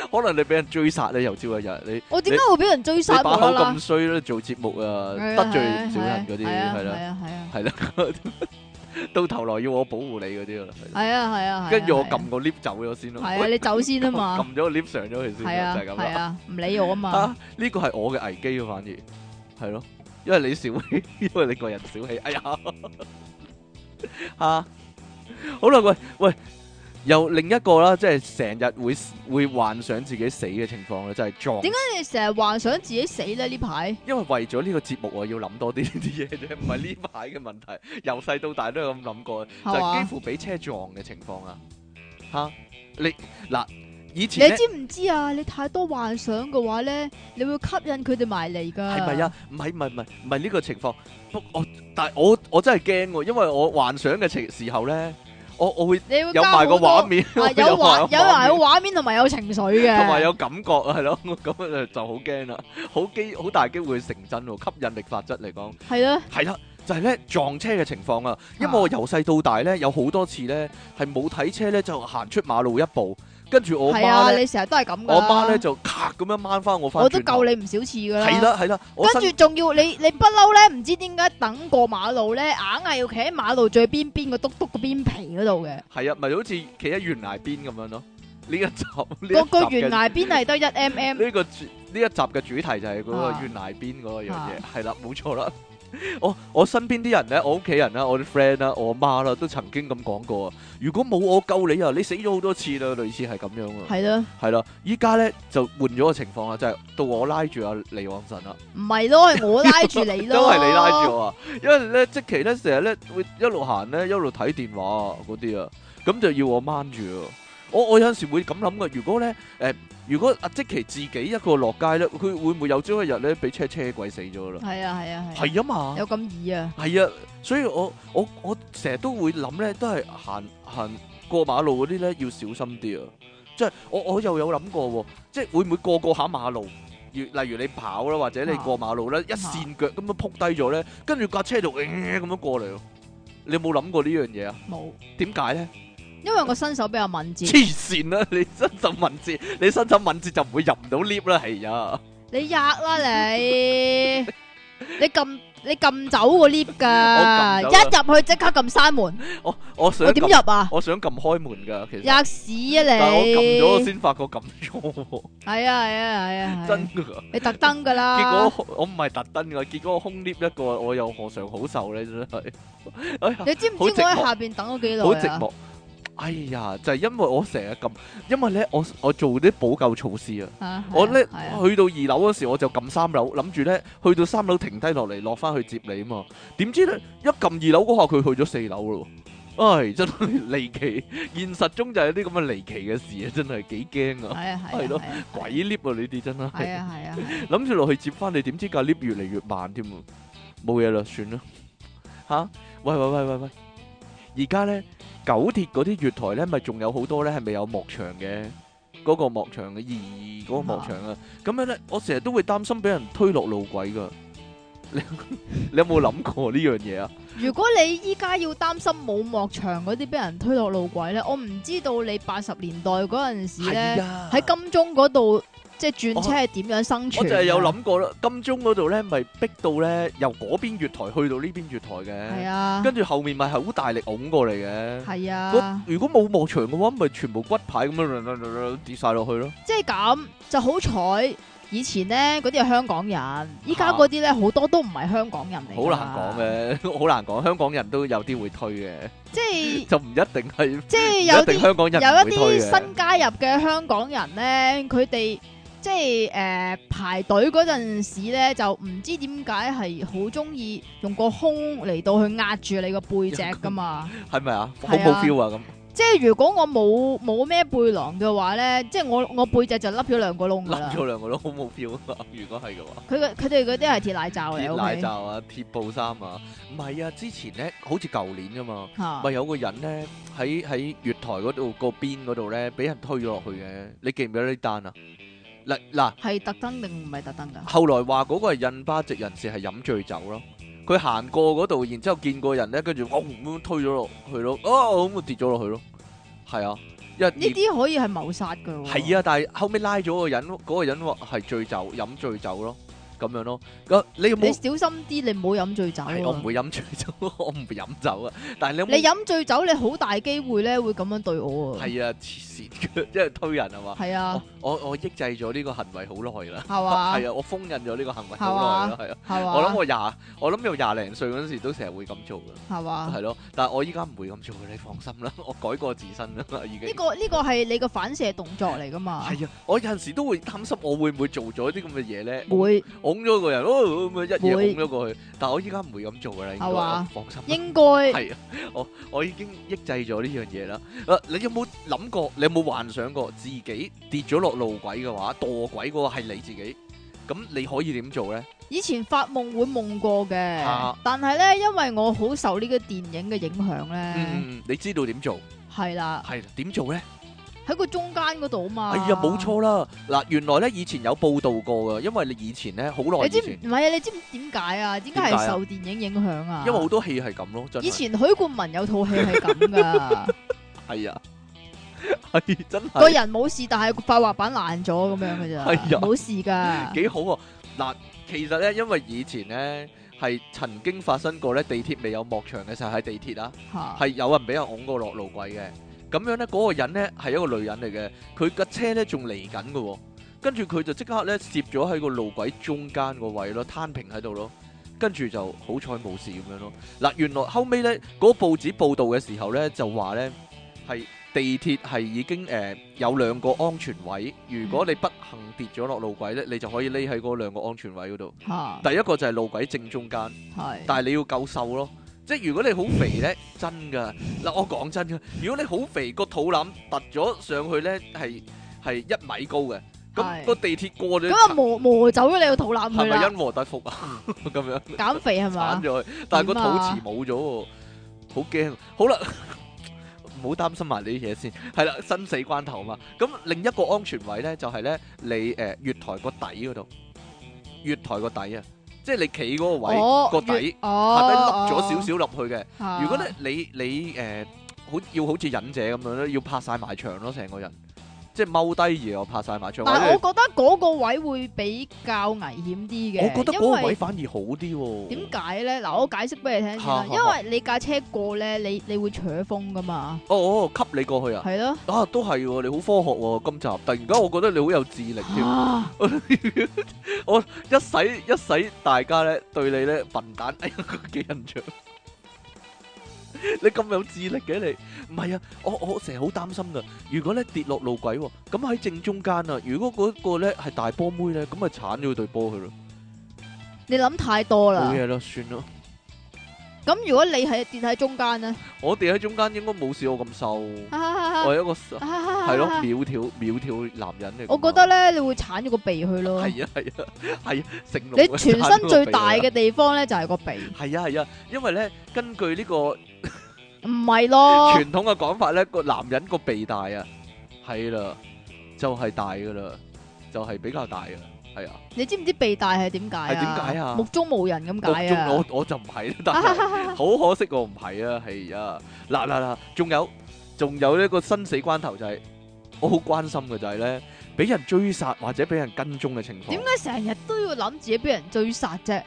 A: 可能你俾人追殺咧，由朝一日你。
B: 我點解會俾人追
A: 你
B: 殺
A: 把
B: 無
A: 口
B: 啦啦
A: 咁？衰咧，做節目啊，
B: 係啊
A: 得罪
B: 係啊
A: 少人嗰啲
B: 係啊
A: 係
B: 係
A: 啦，
B: 啊係啊，
A: 係啦，到頭來要我保護你嗰啲啦，係
B: 系啊係啊，
A: 跟住我撳個 lift 走咗先咯，<laughs>
B: 系啊，你走先啊嘛，
A: 撳咗個 lift 上咗去先
B: 系
A: 啦，
B: 啊
A: 就係咁
B: 係
A: 啦。
B: 啊，唔理我啊嘛，
A: 啊，呢個係我嘅危機啊，反而係咯，因為你小氣， <laughs> 因為你個人小氣。哎呀， <laughs> 啊，好啦，喂喂，又另一個啦，即係成日會會幻想自己死嘅情況咧，就係、撞。
B: 點解你成日幻想自己死咧呢排？
A: 因為為咗呢個節目，我要諗多啲呢啲嘢啫，唔係呢排嘅問題。 <laughs> 由細到大都有咁諗過，就
B: 係
A: 係幾
B: 嘛？
A: 乎俾車撞嘅情況啊。吓，你嗱以前
B: 你
A: 咧
B: 知唔知啊？你太多幻想嘅話咧，你會吸引佢哋埋嚟噶。
A: 係咪？啊？唔係唔係唔係唔係呢個情況。不我但係我我真係驚喎，因為我幻想嘅情時候咧，我我會
B: 你會
A: 有
B: 加
A: 埋個
B: 好多
A: 畫，面，
B: 啊
A: <laughs> 我
B: 有畫有
A: 畫
B: 埋有
A: 面
B: 畫面同埋有情緒嘅，
A: 同埋有感覺啊，係咯，咁就就好驚啦，好機好大機會成真喎，吸引力法則嚟講。
B: 係咯，
A: 係啦，就係咧撞車嘅情況啊！因為我由細到大咧，有好多次咧係冇睇車咧就行出馬路一步，跟住我
B: 係啊，
A: 媽咧，
B: 你成日都係咁噶。
A: 我媽咧，就咔咁樣掹翻我翻。
B: 我都救。你唔少次噶啦。
A: 係啦係啦，我
B: 跟
A: 身
B: 住仲要你你不嬲咧，唔知點解等過馬路咧，硬係要企喺馬路最邊邊個篤篤個邊皮嗰度嘅。
A: 係啊，咪好似企喺懸崖邊咁樣咯。呢一集呢一集
B: 個個
A: 嘅
B: 懸崖邊係得一 mm，
A: 呢個主呢一集嘅主題就係嗰個
B: 啊
A: 懸崖邊嗰個樣嘢
B: 啊，
A: 係啦，冇錯啦。我我身邊啲人咧，我屋企人啦，啊我啲 friend 啦，我媽啦，都曾經咁講過啊。如果冇我救你啊，你死咗好多次啦，類似係咁樣啊。
B: 係咯，
A: 係啦，依家咧就換咗個情況啦，就係、到我拉住阿李昂臣啦，
B: 唔係咯，係我拉住你咯，
A: <laughs> 都係你拉住。我啊，因為咧即期咧成日咧會一路行咧一路睇電話啊嗰啲啊，咁就要我掹住啊。我我有陣時會咁諗嘅，如果咧誒、如果阿即期自己一個落街咧，佢會唔會有朝一日咧俾車車軌死咗啦？
B: 係啊係啊係啊，
A: 係啊嘛，
B: 有咁易啊，
A: 係啊，所以我我我成日都會諗咧，都係行行過馬路嗰啲咧要小心啲啊！即係我我又有諗過喎，即係會唔會過過下馬路？如例如你跑啦，或者你
B: 啊
A: 過馬路咧，一跣腳咁樣撲低咗咧，跟住架車就呃咁樣過嚟喎。你有冇諗過呢樣嘢啊？
B: 冇，
A: 點解咧？
B: 因為我身手比較敏捷，
A: 黐線啦！你身手敏捷，你身手敏捷就唔會入唔到 lift 啦，係呀！
B: 你壓啦你，你撳你撳走個 lift 噶，
A: 我撳走
B: 一
A: 啊
B: 入去即刻撳閂門，
A: 我我想
B: 我點
A: 撳
B: 入啊？
A: 我想撳開門㗎，其實，
B: 吔屎啊
A: 但係我撳咗我
B: 你！
A: 先發覺撳錯喎，
B: 係啊係啊係啊，係
A: 真
B: 啊
A: 㗎。
B: 你特登噶啦。
A: 結果我唔係特登噶，結果我空 lift 一個，我又何嘗好受咧？真係，哎呀，
B: 你知唔知
A: 好
B: 我
A: 寂
B: 喺
A: 寞
B: 下邊等咗幾耐啊
A: 好寂寞。哎呀，就係因為我成日撳，因為咧我我做啲補救措施啊。
B: 啊係
A: 我咧
B: 啊係啊
A: 去到二樓嗰時，我就撳三樓，諗住咧去到三樓停低落嚟，落翻去接你啊嘛。點知咧一撳二樓嗰下，佢去咗四樓咯。唉，真係 <laughs> 離奇，現實中就有啲咁嘅離奇嘅事啊，真係幾驚啊！
B: 係啊係啊
A: 係咯
B: 係啊
A: 鬼 lift 啊，你哋真係。
B: 係啊係啊係啊
A: 諗住落去接翻你，點知架 lift 越嚟越慢添啊！冇嘢啦，算啦。吓、喂喂喂喂喂！而家咧九鐵嗰啲月台咧，咪仲有好多咧，係咪有幕牆嘅？嗰、個幕牆嘅二嗰個幕牆啊，咁樣咧，我成日都會擔心俾人推落路軌噶。你 <laughs> 你有冇諗過呢樣嘢啊？
B: 如果你依家要擔心冇幕牆嗰啲俾人推落路軌咧，我唔知道你八十年代嗰陣時
A: 係
B: 咧
A: 啊，
B: 喺金鐘嗰度即係轉車係點樣生
A: 我
B: 存㗎？
A: 就係有諗過啦。金鐘嗰度咧，咪逼到咧由嗰邊月台去到呢邊月台
B: 係
A: 嘅，
B: 啊
A: 跟住後面咪係好大力拱過嚟嘅。
B: 係
A: 嗰
B: 啊，
A: 如果冇幕牆嘅話，咪全部骨牌咁樣跌晒落去咯。
B: 即係咁就好彩。以前咧嗰啲係香港人，依家嗰啲咧好多都唔係香港人嚟。
A: 啊好難講嘅， <laughs> 好難講。香港人都有啲會推嘅，
B: 嘅，即係
A: 就唔一定係，
B: 即係
A: 唔
B: 有
A: 一
B: 啲
A: 定香港
B: 有
A: 人唔會
B: 一
A: 推
B: 啲
A: 嘅。
B: 新加入嘅香港人咧，佢哋即係誒、呃排隊嗰陣時咧，就唔知點解係好中意用個胸嚟到去壓住你個背脊噶
A: <laughs>
B: 嘛。
A: 係咪啊？好
B: 係啊
A: 冇 feel 啊咁，
B: 即係如果我冇冇咩背囊嘅話咧，即係我我背脊就凹咗兩個窿噶啦
A: 冧。咗兩個咯，好冇 feel 啊！ <laughs> 如果係嘅話，
B: 佢嘅佢哋嗰啲係鐵奶罩嚟
A: 鐵
B: ，OK
A: 奶罩啊，鐵布衫啊，唔係啊，之前咧好似舊年啫嘛，
B: 嚇
A: 咪有個人咧喺喺月台嗰度個邊嗰度咧，俾人推咗落去嘅。你記唔記得呢單啊？嗱嗱。
B: 係特登定唔係特登㗎？
A: 後來話嗰個係印巴籍人士係飲醉酒咯，佢行過嗰度，然之後見過人咧，跟住嗡咁樣推咗落去咯，哦咁啊跌咗落去咯，係啊，一
B: 呢啲可以係謀殺㗎喎。
A: 係啊，但係後尾拉咗個人，嗰、個人話係醉酒飲醉酒咯，咁樣咯。咁你有
B: 你
A: 冇？
B: 小心啲，你唔好飲醉酒啊
A: 係我唔會飲醉酒， <laughs> 我唔會飲酒啊。但係你有
B: 你
A: 冇？
B: 飲醉酒，你好大機會咧會咁樣對我啊。
A: 係啊，黐線嘅， <laughs> 即係推人係嘛？
B: 係啊，
A: 我我我抑制咗呢個行為好耐啦。
B: 係嘛，
A: 係啊，我封印咗呢個行為好耐啦，係啊。
B: 係嘛，
A: 我諗我廿，我諗有廿零歲嗰陣時都成日會咁做噶，
B: 係嘛。
A: 係咯。但係我依家唔會咁做，你放心啦， <laughs> 我改過自身啦，已經
B: 呢。個呢個係你個反射動作嚟噶嘛？
A: 係啊，我有陣時都會擔心我會唔會做咗啲咁嘅嘢咧，
B: 會
A: 拱咗個人，哦咁樣一嘢
B: 會
A: 拱咗過去。但係我依家唔會咁做噶啦，應該
B: 係嘛
A: 我放心啦。
B: 應該
A: 係啊，我我已經抑制咗呢樣嘢啦。啊，你有冇諗過？你有冇幻想過自己跌咗落路軌嘅話，墮軌嗰個係你自己？咁你可以點做咧？
B: 以前發夢會夢過嘅
A: 啊，
B: 但係咧，因為我好受呢個電影嘅影響咧，
A: 嗯，你知道點做？
B: 係啦，
A: 係啦，點做咧？
B: 喺個中間嗰度啊嘛。
A: 哎呀，冇。錯啦。嗱，原來咧以前有報道過嘅，因為你以前咧好耐
B: 你
A: 以
B: 知唔
A: 前，
B: 唔係啊？你知唔知點解啊？點解
A: 點解啊
B: 係受電影影響啊？
A: 因為好多戲係咁咯，真
B: 以
A: 係。
B: 前許冠文有套戲係咁噶，
A: 係啊， <laughs> 係真
B: 個
A: 係
B: 人冇事，但係塊滑板爛咗咁樣嘅
A: 哎
B: 咋
A: 呀，
B: 冇事噶。
A: 幾好喎。嗱，其實咧，因為以前咧係曾經發生過咧，地鐵未有幕牆嘅時候喺地鐵啦。啊
B: 嚇
A: 係有人俾人拱過落路軌嘅。咁樣呢，嗰、個人呢係一個女人嚟嘅，佢架車呢仲嚟緊嘅喎，跟住佢就即刻呢攝咗喺個路軌中間個位咯，攤平喺度咯，跟住就好彩冇事咁樣咯。嗱，原來後尾呢，嗰、個報紙報導嘅時候呢，就話呢係地鐵係已經誒、呃有兩個安全位，如果你不幸跌咗落路軌呢，你就可以匿喺嗰兩個安全位嗰度。
B: 嚇
A: 第一個就係路軌正中間。
B: 係
A: 但係你要夠瘦咯。即係如果你好肥咧，真噶嗱，我講真噶，如果你好肥個肚腩突咗上去咧，係係一米高嘅，咁
B: 係
A: 個地鐵過咗
B: 咁啊
A: 層，
B: 磨磨走咗你個肚腩去
A: 係咪
B: 啦，
A: 因禍得福啊？ <laughs> 咁樣
B: 減肥係
A: 鏟
B: 嘛？
A: 咗佢，但係個肚
B: 點啊
A: 臍冇咗喎，好驚。好啦，唔好擔心埋呢啲嘢先，係啦，生死關頭啊嘛。咁另一個安全位咧，就係咧你誒月台個底嗰度，月台個底啊，即係你企嗰個位
B: 哦，
A: 個底
B: 越
A: 下低
B: 哦，
A: 凹咗少少落去嘅。
B: 少
A: 如果咧你你誒、呃好要好似忍者咁樣咧，要拍晒埋牆咯，成個人即係踎低而我拍晒埋牆。
B: 但
A: 或
B: 係我
A: 者
B: 覺得嗰個位會比較危險啲嘅，
A: 我覺得
B: 因
A: 嗰
B: 為
A: 個位反而好啲喎。
B: 點解咧？嗱，我解釋俾你聽先啦，
A: 嚇嚇
B: 因為你架車過咧，你你會扯風噶嘛，
A: 哦哦，吸你過去啊！
B: 係咯。
A: 啊，都係喎，你好科學喎，今集突然間我覺得你好有智力添。
B: 啊
A: 一使一使大家咧對你咧笨蛋，哎呀 <laughs> 嘅印象。 <laughs> 你咁有智力嘅你，唔係啊！我我成日好擔心噶。如果咧跌落路軌喎，咁喺正中間啊，如果嗰個咧係大波妹咧，咁咪鏟咗佢對波佢咯，
B: 你諗太多啦
A: 冇。嘢咯，算咯。
B: 咁如果你係跌喺中間啊咧，
A: 我哋喺中間應該冇試過咁瘦，我
B: 係
A: 係一個瘦係咯苗條苗條男人嚟㗎嘛。
B: 我覺得咧，你會鏟咗個鼻去咯。
A: 係啊係啊係啊，成龍
B: 你
A: 嗰
B: 全
A: 鏟咗
B: 身
A: 個
B: 最
A: 鼻
B: 大
A: 啊
B: 嘅地方咧就係個鼻，
A: 係啊係啊，因為咧根據呢個。
B: 唔係咯？
A: 傳統嘅講法咧，個男人個鼻大啊，係啦，就係、大噶啦，就係、比較大噶啦，係啊。
B: 你知唔知鼻大係點解啊？
A: 係點解啊
B: 目中無人咁解啊？
A: 我中我我就唔係啦，
B: <laughs>
A: 但係好可惜我唔係啊，係啊。嗱嗱嗱，仲有仲有呢個生死關頭就係、我好關心嘅就係咧，俾人追殺或者俾人跟蹤嘅情況。
B: 點解成日都要諗自己俾人追殺啫？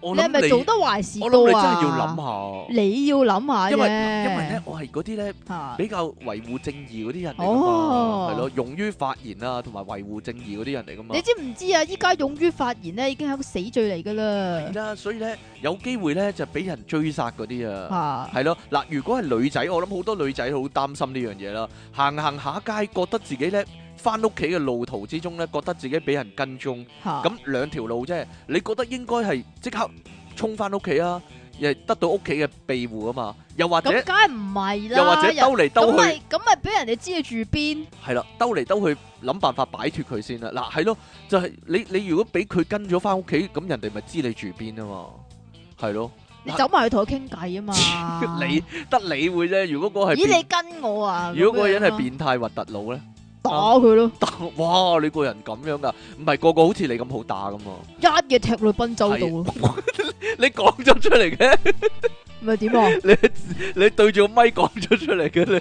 A: 我
B: 你係
A: 諗
B: 咪
A: 你
B: 做得壞事
A: 我諗
B: 多
A: 你真
B: 啊？
A: 係要諗下，
B: 你要諗下
A: 因為
B: 啫
A: 因為咧，我係嗰啲咧。
B: 嚇
A: 比較維護正義嗰啲人嚟噶嘛
B: 哦，
A: 係咯，勇於發言啊，同埋維護正義嗰啲人嚟噶嘛
B: 你。知唔知啊？依家勇於發言咧，已經係一個死罪嚟噶啦
A: 係啦，所以咧有機會咧就俾人追殺嗰啲啊，
B: 嚇！
A: 係咯嗱。如果係女仔，我諗好多女仔好擔心呢樣嘢啦。行行下街，覺得自己咧翻屋企嘅路途之中咧，覺得自己俾人跟蹤，
B: 嚇
A: 咁兩條路啫。你覺得應該係即刻衝翻屋企啊，亦得到屋企嘅庇護啊嘛。又或者
B: 咁，梗係唔係啦？
A: 又或者
B: 人
A: 兜嚟
B: 咁
A: 兜去。
B: 咪咁咪俾人哋知你住邊？
A: 係啦，兜嚟兜去諗辦法擺脱佢先啦。嗱，係咯，就係、你你如果俾佢跟咗翻屋企，咁人哋咪知你住邊啊嘛，係咯。
B: 你走埋去同佢傾偈啊嘛！
A: 你得你會啫，如果嗰個係
B: 咦？你
A: 變，
B: 跟我啊？
A: 如果嗰個人係
B: 咁樣咯
A: 變態核突佬咧，
B: 打佢咯，
A: 打哇你個人咁樣噶，唔係個個好似你咁好打噶嘛？
B: 一嘢踢落去賓州度咯，
A: 係 <laughs> 你講咗出嚟嘅，
B: 咪點啊？
A: 你你對住個咪講咗出嚟嘅你。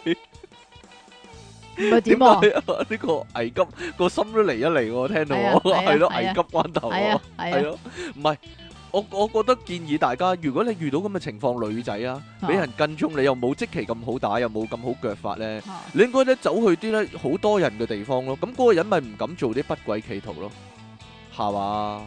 B: 唔係
A: 點
B: 點啊
A: 解？啊？呢個危急個心都嚟一嚟喎，聽到 <laughs>
B: 係啊
A: 我
B: 係啊
A: 係咯，
B: 係
A: 危
B: 啊
A: 急關頭
B: 係
A: 喎
B: 啊，
A: 係
B: 係啊，
A: 咯，唔係。我我覺得建議大家，如果你遇到咁嘅情況，女仔啊，
B: 啊
A: 俾人跟蹤你又冇即期咁好打，又冇咁好腳法咧，
B: 啊
A: 你應該咧走去啲咧好多人嘅地方咯。咁嗰個人咪唔敢做啲不軌企圖咯，係嘛？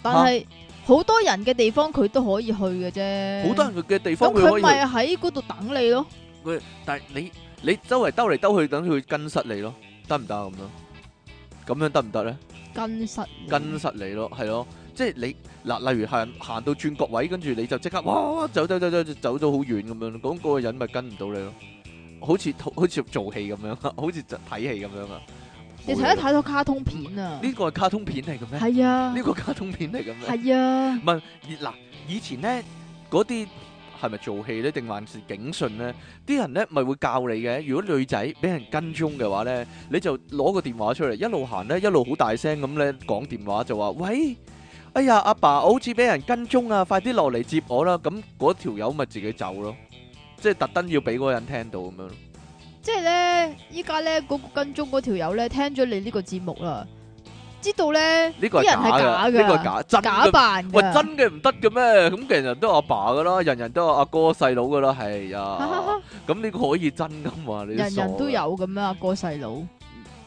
B: 但係好多人嘅地方佢都可以去嘅啫。
A: 好多人嘅地方
B: 咁
A: 佢可
B: 佢
A: 以去。
B: 咪喺嗰度等你咯？
A: 佢但係你你周圍兜嚟兜去，等佢跟實你咯，得唔得啊咁樣？咁樣得唔得咧？
B: 跟實你
A: 跟實你咯，係咯，即係你嗱，例如行行到轉角位，跟住你就即刻哇哇走走走走走咗好遠咁樣，咁嗰個人咪跟唔到你咯，好似好似做戲咁樣， <laughs> 好似就睇戲咁樣啊！
B: 你
A: 冇
B: 睇
A: 嘢
B: 得
A: 啦
B: 太多卡通片啊！
A: 呢個係卡通片嚟嘅咩？
B: 係啊
A: 呢，個卡通片嚟嘅咩？
B: 係啊
A: 唔，係嗱，以前咧嗰啲係咪做戲咧，定還是警訊咧？啲人咧咪會教你嘅。如果女仔俾人跟蹤嘅話咧，你就攞個電話出嚟，一路行咧，一路好大聲咁咧講電話，就話喂。哎呀，阿爸，我好似俾人跟蹤啊！快啲落嚟接我啦！咁嗰條友咪自己走咯，即係特登要俾嗰個人聽到咁樣咯。
B: 即係咧，依家咧嗰個跟蹤嗰條友咧，聽咗你呢個節目啦，知道咧
A: 呢個係
B: 啲人係
A: 假
B: 假
A: 嘅，呢個係
B: 㗎
A: 假真
B: 假
A: 嘅
B: 扮
A: 喂，
B: 㗎
A: 真嘅唔得嘅咩？咁人人都有阿爸噶啦，人人都有阿哥細佬噶啦， <laughs> 係啊。咁呢個可以真噶嘛？你
B: 人人
A: 傻㗎，
B: 都有咁啊，哥細佬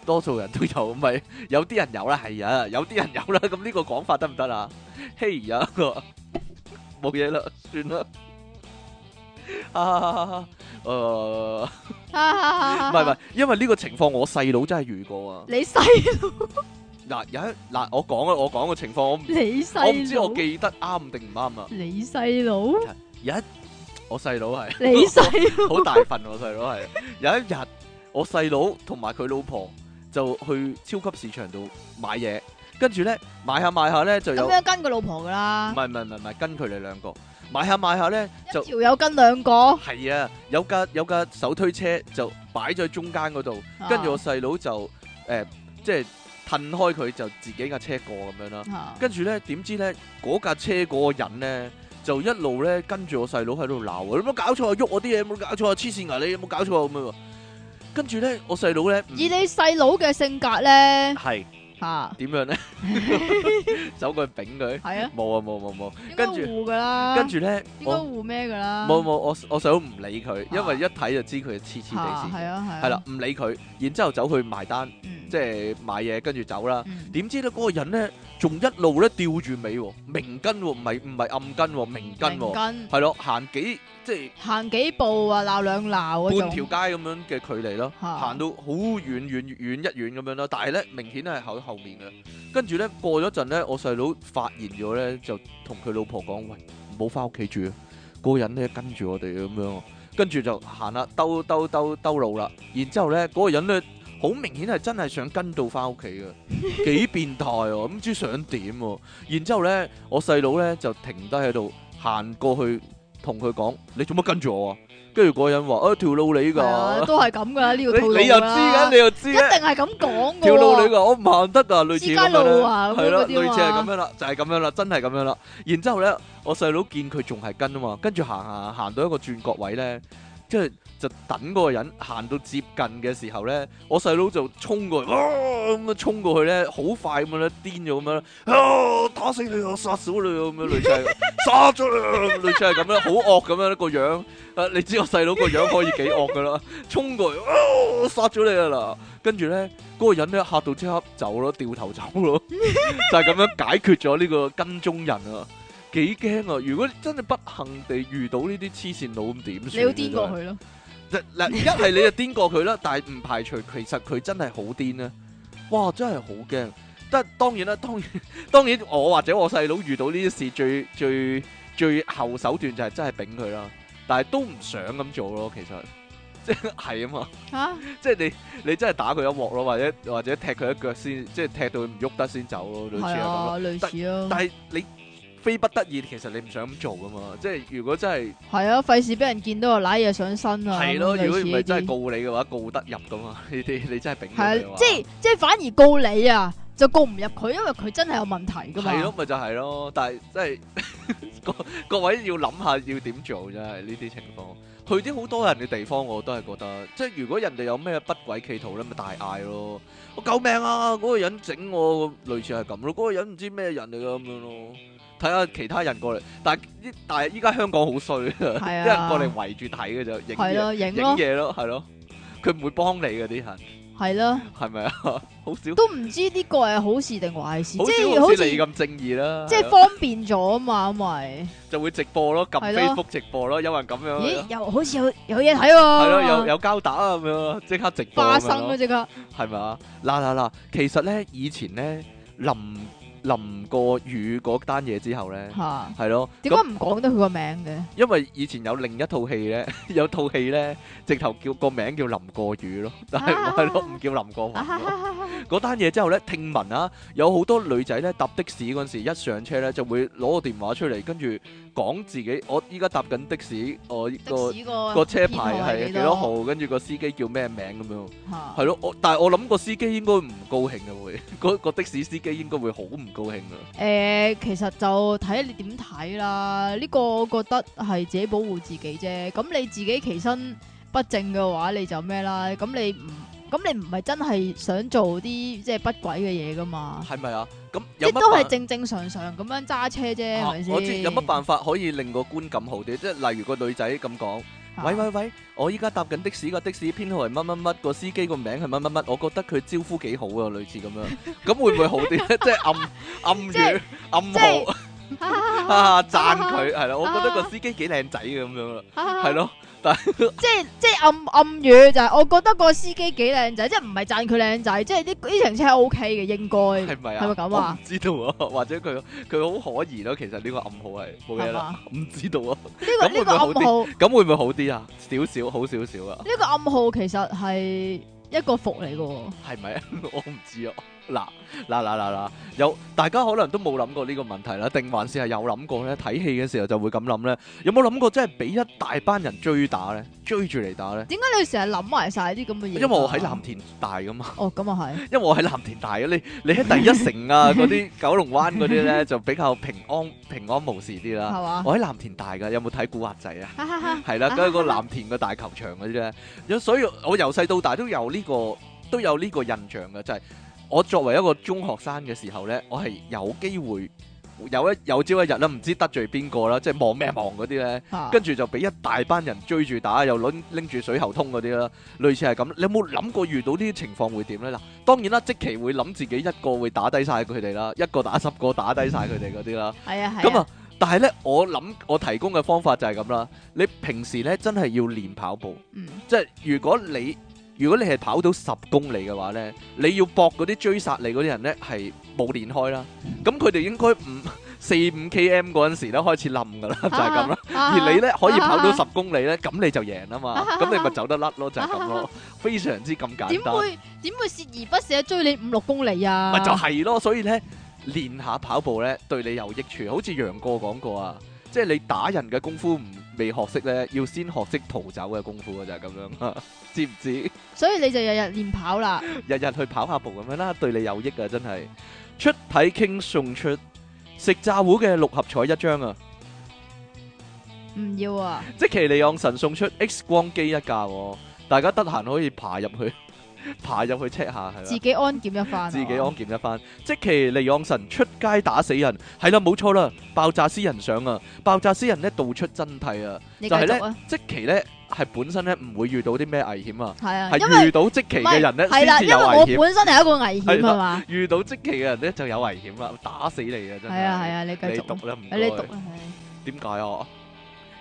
A: 多數人都有，咪有啲人有啦，係啊，有啲人有啦。咁呢個講法得唔得啊？嘿呀，冇嘢啦，算啦。啊，誒，唔係
B: 唔
A: 唔係，因為呢個情況我細佬真係遇過啊。
B: 你細
A: 嗱有一嗱，我講啊，我講個情況，我唔
B: 你
A: 我唔知我
B: 細佬，
A: 記得啱定唔啱啊。
B: 你細
A: <laughs>
B: 佬，
A: 有一我細佬係。
B: 你細佬
A: 好大份我細佬係。有一日，我細佬同埋佢老婆就去超級市場度買嘢，跟住咧買下買下咧就有，
B: 咁
A: 唔
B: 樣啊跟個老婆㗎啦，
A: 係唔係唔係唔係跟佢哋兩個買下買下咧就
B: 一條友跟兩個，
A: 係啊，有架有架手推車就擺咗喺中間嗰度，跟
B: 啊
A: 住我細佬就誒、呃即係褪開佢就自己架車過咁樣啦。
B: 啊
A: 跟住咧，點知咧嗰架車嗰個人咧就一路咧跟住我細佬喺度鬧我，你有冇搞錯啊？喐我啲嘢有冇搞錯啊？黐線啊！你有冇搞錯啊？咁樣喎。跟住咧，我細佬咧唔
B: 以你細佬嘅性格咧，
A: 係
B: 吓
A: 點
B: <laughs>
A: 樣咧？走過去丙佢，
B: 係啊，
A: 冇啊冇冇冇。
B: 應
A: <laughs>
B: 該
A: 跟住
B: 護㗎啦，
A: 跟住咧，
B: 應該
A: 我
B: 護咩㗎啦，
A: 冇冇我我細佬唔理佢，因為
B: 啊
A: 一睇就知佢黐黐
B: 嚇
A: 地
B: 係
A: 線。
B: 啊係啊，
A: 係啦，唔理佢，然之後走去埋單，
B: 嗯，
A: 即係買嘢，跟住走啦。
B: 嗯
A: 點知咧嗰個人咧仲一路咧吊住尾喎，明跟喎，唔係唔係暗跟喎，明跟
B: 明
A: 喎，
B: 跟
A: 係咯，行幾即係
B: 行幾步啊鬧兩鬧嗰
A: 半
B: 種
A: 條街咁樣嘅距離咯，
B: 嚇
A: 行到好遠遠遠一遠咁樣啦，但係咧明顯係喺後面嘅。跟住咧過咗陣咧，我細佬發現咗咧，就同佢老婆講：喂，唔好翻屋企住啊，嗰個人咧跟住我哋咁樣喎。跟住就行啦，兜兜兜兜路啦。然之後咧，嗰個人咧好明顯係真係想跟到翻屋企嘅， <laughs> 幾變態喎、唔知想點喎、然之後咧，我細佬咧就停低喺度行過去同佢講：你做乜跟住我啊？跟住嗰個人話：啊，條路你
B: 係啊，
A: 㗎，
B: 都係咁噶啦，呢個套
A: <laughs>
B: 路
A: 你你又知
B: 啦
A: 嘅，你又知
B: 一
A: 嘅。
B: 定係咁
A: 啊
B: 講噶
A: 條路你
B: 喎。
A: 噶，我唔行得噶，類似咁樣
B: 私家路
A: 啦，
B: 啊咁樣
A: 係啦，
B: 嗰啲啊嘛
A: 類似係咁樣啦，就係咁樣啦，真係咁樣啦。然之後咧，我細佬見佢仲係跟啊嘛，跟住行行行到一個轉角位咧，即係就等嗰個人行到接近嘅時候咧，我細佬就衝過去，哇咁啊衝過去咧，好快咁樣咧，癲咗咁樣咧，啊打死你啊，殺死你啊咁樣類似係， <laughs> 殺咗你啊，類似係咁樣，好惡咁樣個樣。啊，你知我細佬個樣可以幾惡噶啦， <laughs> 衝過去，啊殺咗你啊啦！跟住咧，嗰、個人咧嚇到即刻走咯，掉頭走咯， <laughs> 就係咁樣解決咗呢個跟蹤人啊！幾驚啊！如果真係不幸地遇到呢啲黐線佬咁點
B: 你
A: 算？
B: 要癲過啊佢咯，
A: 真係！嗱嗱，而家係你就癲過佢啦， <laughs> 但係唔排除其實佢真係好癲啊！哇，真係好驚！但當然啦，當然 <laughs> 當然，我或者我細佬遇到呢啲事最最最後手段就係真係丙佢啦，但係都唔想咁做咯，其實 <laughs> 即係係啊嘛。
B: 吓
A: 即係你你真係打佢一鑊咯，或者或者踢佢一腳先，即係踢到佢唔喐得先走咯，類似係
B: 係
A: 咁咯。
B: 啊，類似咯，
A: 但係你非不得已，其實你唔想咁做噶嘛。即係如果真係
B: 係啊，費事俾人見到又攋嘢上身啊，
A: 係咯，
B: 咁
A: 如果唔
B: 類似
A: 係真係
B: 呢啲 <laughs>
A: 告你嘅話，告得入噶嘛。呢啲你真係丙
B: 係
A: 佢
B: 啊
A: 嘅話，
B: 即係即係反而告你啊，就告唔入佢，因為佢真係有問題噶嘛。
A: 係咯，咪就係咯，但係真係 <laughs> 各各位要諗下要點做，真係呢啲情況。去啲好多人嘅地方，我都係覺得，即係如果人哋有咩不軌企圖咧，咪大嗌咯！我救命啊！嗰、個人整我，類似係咁咯。嗰、個人唔知咩人嚟㗎咁樣咯。睇下其他人過嚟，但係依但係依家香港好衰啊，
B: 係
A: 啲
B: 啊
A: 人過嚟圍住睇嘅就影
B: 係
A: 嘢，
B: 咯，影
A: 影
B: 咯，
A: 嘢咯，係咯，佢唔會幫你嘅啲人，
B: 係咯，
A: 係咪啊？ <laughs> 好少，
B: 都唔知呢個係好事定壞事，
A: 好
B: 即
A: 少
B: 係
A: 好
B: 好
A: 似你
B: 似
A: 咁正義啦，
B: 即
A: 啊係咯
B: 係方便咗啊嘛，因為
A: 就會直播咯，撳
B: 係咯
A: Facebook 直播咯，有人咁樣，
B: 咦
A: 係啊
B: 又好似有有嘢睇喎，
A: 咯，有有交打啊咁樣咯，即刻直播
B: 花
A: 咁
B: 生
A: 樣
B: 啊
A: 咯，
B: 即刻，
A: 係咪啊？嗱嗱嗱，其實咧以前咧淋淋過雨嗰單嘢之後咧，
B: 吓
A: 係咯，
B: 點解
A: 咁
B: 唔講得佢個名嘅？
A: 因為以前有另一套戲咧， <laughs> 有套戲咧直頭叫個名叫淋過雨咯，但係
B: 啊
A: 係咯唔叫淋過雲
B: 啊哈
A: 咯。
B: 哈哈哈
A: 嗰單嘢之後咧，聽聞啊，有好多女仔咧搭的士嗰陣時，一上車咧就會攞個電話出嚟，跟住講自己我依家搭緊的士，我個
B: 的士個
A: 個車牌係幾
B: 係
A: 多號，啊跟住個司機叫咩名咁樣，
B: 嚇
A: 係咯。我但係我諗個司機應該唔高興嘅會，嗰個的士司機應該會好唔高興啊。
B: 誒、其實就睇你點睇啦。呢、個我覺得係自己保護自己啫。咁你自己其身不正嘅話，你就咩啦？咁你唔咁你唔係真係想做啲即係不軌嘅嘢噶嘛？
A: 係咪啊？咁
B: 即
A: 有
B: 係
A: 乜
B: 都係
A: 辦
B: 正正常常咁樣揸車啫，係
A: 啊
B: 咪
A: 我知
B: 先？
A: 有乜辦法可以令個觀感好啲？即係例如個女仔咁講。
B: 嚇
A: 喂喂喂，我依家搭緊的士，個的士編號係乜乜乜，個司機個名係乜乜乜，我覺得佢招呼幾好啊，類似咁樣，咁會唔會好啲咧？即係暗暗
B: 即係
A: 語暗
B: 即係
A: 號
B: <laughs>
A: 啊，讚佢係啦，我覺得個司機幾靚仔嘅咁樣啦，係咯，
B: 即係即係暗暗語就係，我覺得個司機幾靚仔，即係唔係讚佢靚仔，即係呢呢程車係 O K 嘅，應該
A: 係咪啊？
B: 係咪咁啊
A: 我唔知道啊，或者佢佢好可疑咯，其實呢個暗號係冇嘢
B: 係
A: 啦，
B: 嘛？
A: 唔知道啊，
B: 呢、
A: 咁
B: 個呢、
A: 會唔
B: 個
A: 會好
B: 暗
A: 啲
B: 號。
A: 咁會唔會好啲啊？少少好少少啊，
B: 呢個暗號其實係一個符嚟嘅喎，
A: 係咪 <laughs> 啊？我唔知啊。嗱嗱嗱嗱嗱，有大家可能都冇諗過呢個問題啦，定還是係有諗過咧？睇戲嘅時候就會咁諗咧。有冇諗過真係俾一大班人追打咧，追住嚟打咧？
B: 點解你成日諗埋晒啲咁嘅嘢
A: 因
B: 㗎？
A: 為我喺藍田大噶嘛，
B: 哦，咁啊係，
A: 因為我喺藍田大嘅，你你喺第一城啊嗰啲九龍灣嗰啲咧就比較平安平安無事啲啦。
B: 係嘛？
A: 我喺藍田大噶，有冇睇古惑仔啊？
B: 哈哈哈
A: 係啦，嗰個藍田個大球場嗰啲咧，有所以我由細到大都有呢、個都有呢個印象嘅，就係、我作為一個中學生嘅時候咧，我係有機會有一有朝一日啦，唔知得罪邊個啦，即係望咩望嗰啲咧，
B: 哈
A: 跟住就俾一大班人追住打，又拎拎住水喉通嗰啲啦，類似係咁。你有冇諗過遇到呢啲情況會點咧？嗱，當然啦，即期會諗自己一個會打低晒佢哋啦，一個打十個打低晒佢哋嗰啲啦。
B: 係啊係
A: 咁啊，但係咧，我諗我提供嘅方法就係咁啦。你平時咧真係要練跑步，
B: 嗯
A: 即係如果你如果你係跑到十公里嘅話咧，你要搏嗰啲追殺你嗰啲人咧係冇練開啦。咁佢哋應該五 <laughs> 四五 km 嗰陣時咧開始冧噶啦，就係咁啦。
B: 啊
A: 而你咧可以跑到
B: 啊
A: 十公里咧，咁你就贏啊嘛，咁你咪走得甩咯，就係咁咯，非常之咁簡
B: 啊點
A: 單。
B: 會點會鍥而不捨追你五六公里啊？
A: 咪就係咯，所以咧練下跑步咧對你有益處，好似楊過講過啊，即係你打人嘅功夫唔未學識咧，要先學識逃走嘅功夫啊，就係咁樣， <laughs> 知唔知？
B: 所以你就日日練跑啦。
A: 日日去跑下步咁樣啦，對你有益啊，真係。出體傾送出食炸糊嘅六合彩一張啊，
B: 唔要啊！
A: 即其利昂神送出 X 光機一架喎，大家得閒可以爬入去， <laughs> 爬入去 check 下係啦。
B: 自己安檢一番啊。
A: 自己安檢一番，即其利昂神出街打死人，係啦冇錯啦，爆炸私人相啊，爆炸私人咧道出真諦啊，
B: 你
A: 就
B: 繼
A: 係咧
B: 續啊，
A: 即其咧係本身咧唔會遇到啲咩危險啊，
B: 係啊，因
A: 係遇
B: 為
A: 到即其嘅人咧
B: 係
A: 先
B: 啦，
A: 至
B: 因
A: 有
B: 為我
A: 危險，
B: 本身係一個危險
A: 係
B: 係嘛。
A: 遇到即其嘅人咧就有危險啦，打死你啊真
B: 係啊係
A: 係，
B: 啊，你繼
A: 你
B: 續啊。
A: 讀啦唔
B: 誒你
A: 該。
B: 讀啊，係
A: 點解啊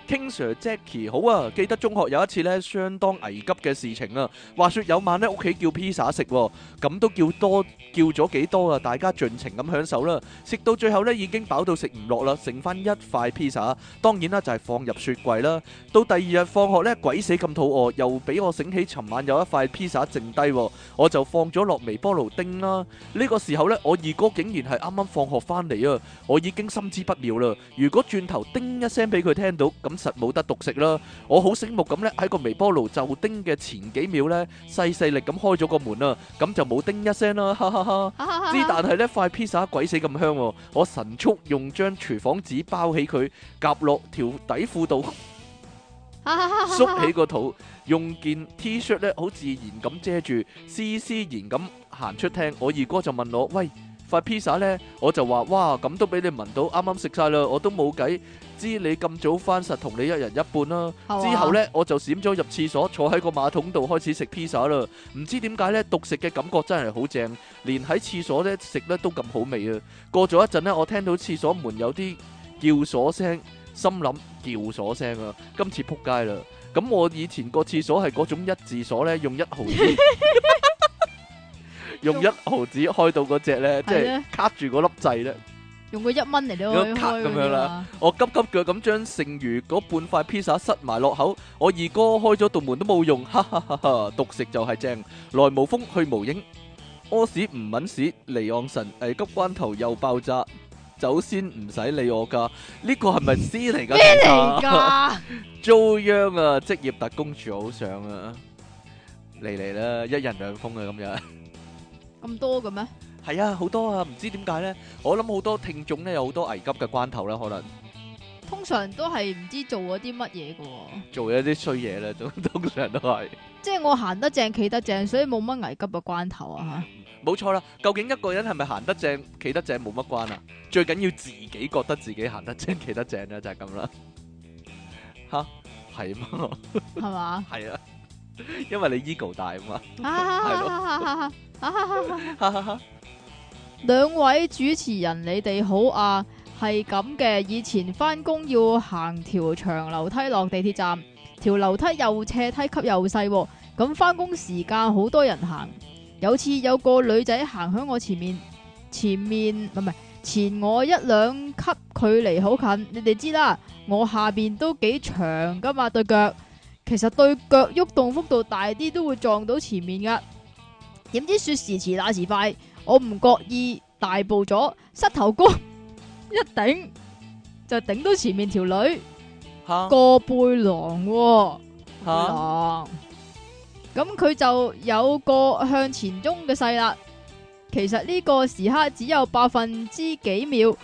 A: ？King Sir Jackie 好啊！記得中學有一次呢，相當危急嘅事情啊。話說有晚呢，屋企叫 pizza 食喎，咁都叫多叫咗幾多啊？大家盡情咁享受啦。食到最後呢，已經飽到食唔落啦，剩翻一塊 pizza。當然啦，就係放入雪櫃啦。到第二日放學呢，鬼死咁肚餓，又俾我醒起，尋晚有一塊 pizza 剩低喎，我就放咗落微波爐叮啦。呢個時候呢，我二哥竟然係啱啱放學翻嚟啊！我已經心知不妙啦。如果轉頭叮一聲俾佢聽到，咁實冇得獨食啦。我好醒目咁咧，喺個微波爐就叮嘅前幾秒咧，細細力咁開咗個門啦，啊咁就冇叮一聲啦，哈哈哈。
B: 哈哈哈
A: 之但係呢塊 pizza 鬼死咁香喎，我神速用張廚房紙包起佢，夾落條底褲度，
B: 哈哈 <laughs> 哈哈
A: 縮起個肚，用件 T 恤呢好自然咁遮住，斯斯然咁行出廳。我二哥就問我：喂，塊 pizza 呢？我就話：哇，咁都俾你聞到，啱啱食晒啦，我都冇計。知你咁早翻，實同你一人一半啦。
B: 係嘛
A: 之後呢，我就閃咗入廁所，坐喺個馬桶度開始食 pizza 啦。唔知點解呢，獨食嘅感覺真係好正，連喺廁所呢食得都咁好味啊！過咗一陣呢，我聽到廁所門有啲叫鎖聲，心諗叫鎖聲啊，今次撲街啦！咁我以前個廁所係嗰種一字鎖呢，用一
B: <laughs>
A: 毫子，用一毫子開到嗰只呢，即
B: 係
A: 係
B: 呢
A: 卡住嗰粒掣呢。
B: 用個一蚊嚟到去
A: 用卡
B: 開
A: 咁樣
B: 咁樣
A: 啦
B: 啦。
A: 我急急腳咁將剩餘嗰半塊 pizza 塞埋落口，我二哥開咗道門都冇用，哈哈哈哈！獨食就係正，來無風去無影，屙屎唔揾屎，離岸神，危急關頭又爆炸，走先唔使理我噶，呢個係咪詩嚟㗎？
B: 咩嚟㗎？
A: 遭殃啊！職業特工處好想啊，嚟嚟啦，一人兩封啊咁樣。
B: 咁多嘅咩？
A: 係啊，好多啊，唔知點解呢？我諗好多聽眾呢，有好多危急嘅關頭啦，可能。
B: 通常都係唔知做咗啲乜嘢嘅喎。
A: 做一啲衰嘢咧，通通常都係
B: 即係我行得正企得正，所以冇乜危急嘅關頭啊
A: 冇錯啦。究竟一個人係咪行得正、企得正冇乜關啊？最緊要自己覺得自己行得正、企得正啊啦，就係咁啦。吓係嘛？？
B: 嚇，係嘛
A: 係啊，因為你 ego 大
B: 啊
A: 啊嘛。
B: 兩位主持人，你哋好啊！係咁嘅，以前翻工要行條長樓梯落地鐵站，條樓梯又斜，梯級又細喎。咁翻工時間好多人行。有次有個女仔行響我前面，前面唔係唔係前我一兩級距離好近，你哋知啦，我下邊都幾長噶嘛對腳，其實對腳喐動幅度大啲都會撞到前面噶。點知說時遲那時快。我唔覺意大步咗，膝頭哥 <laughs> 一頂就頂到前面條女
A: 嚇
B: 個背囊喎，背
A: 嚇
B: 囊。咁佢就有個向前衝嘅勢啦。其實呢個時刻只有百分之幾秒，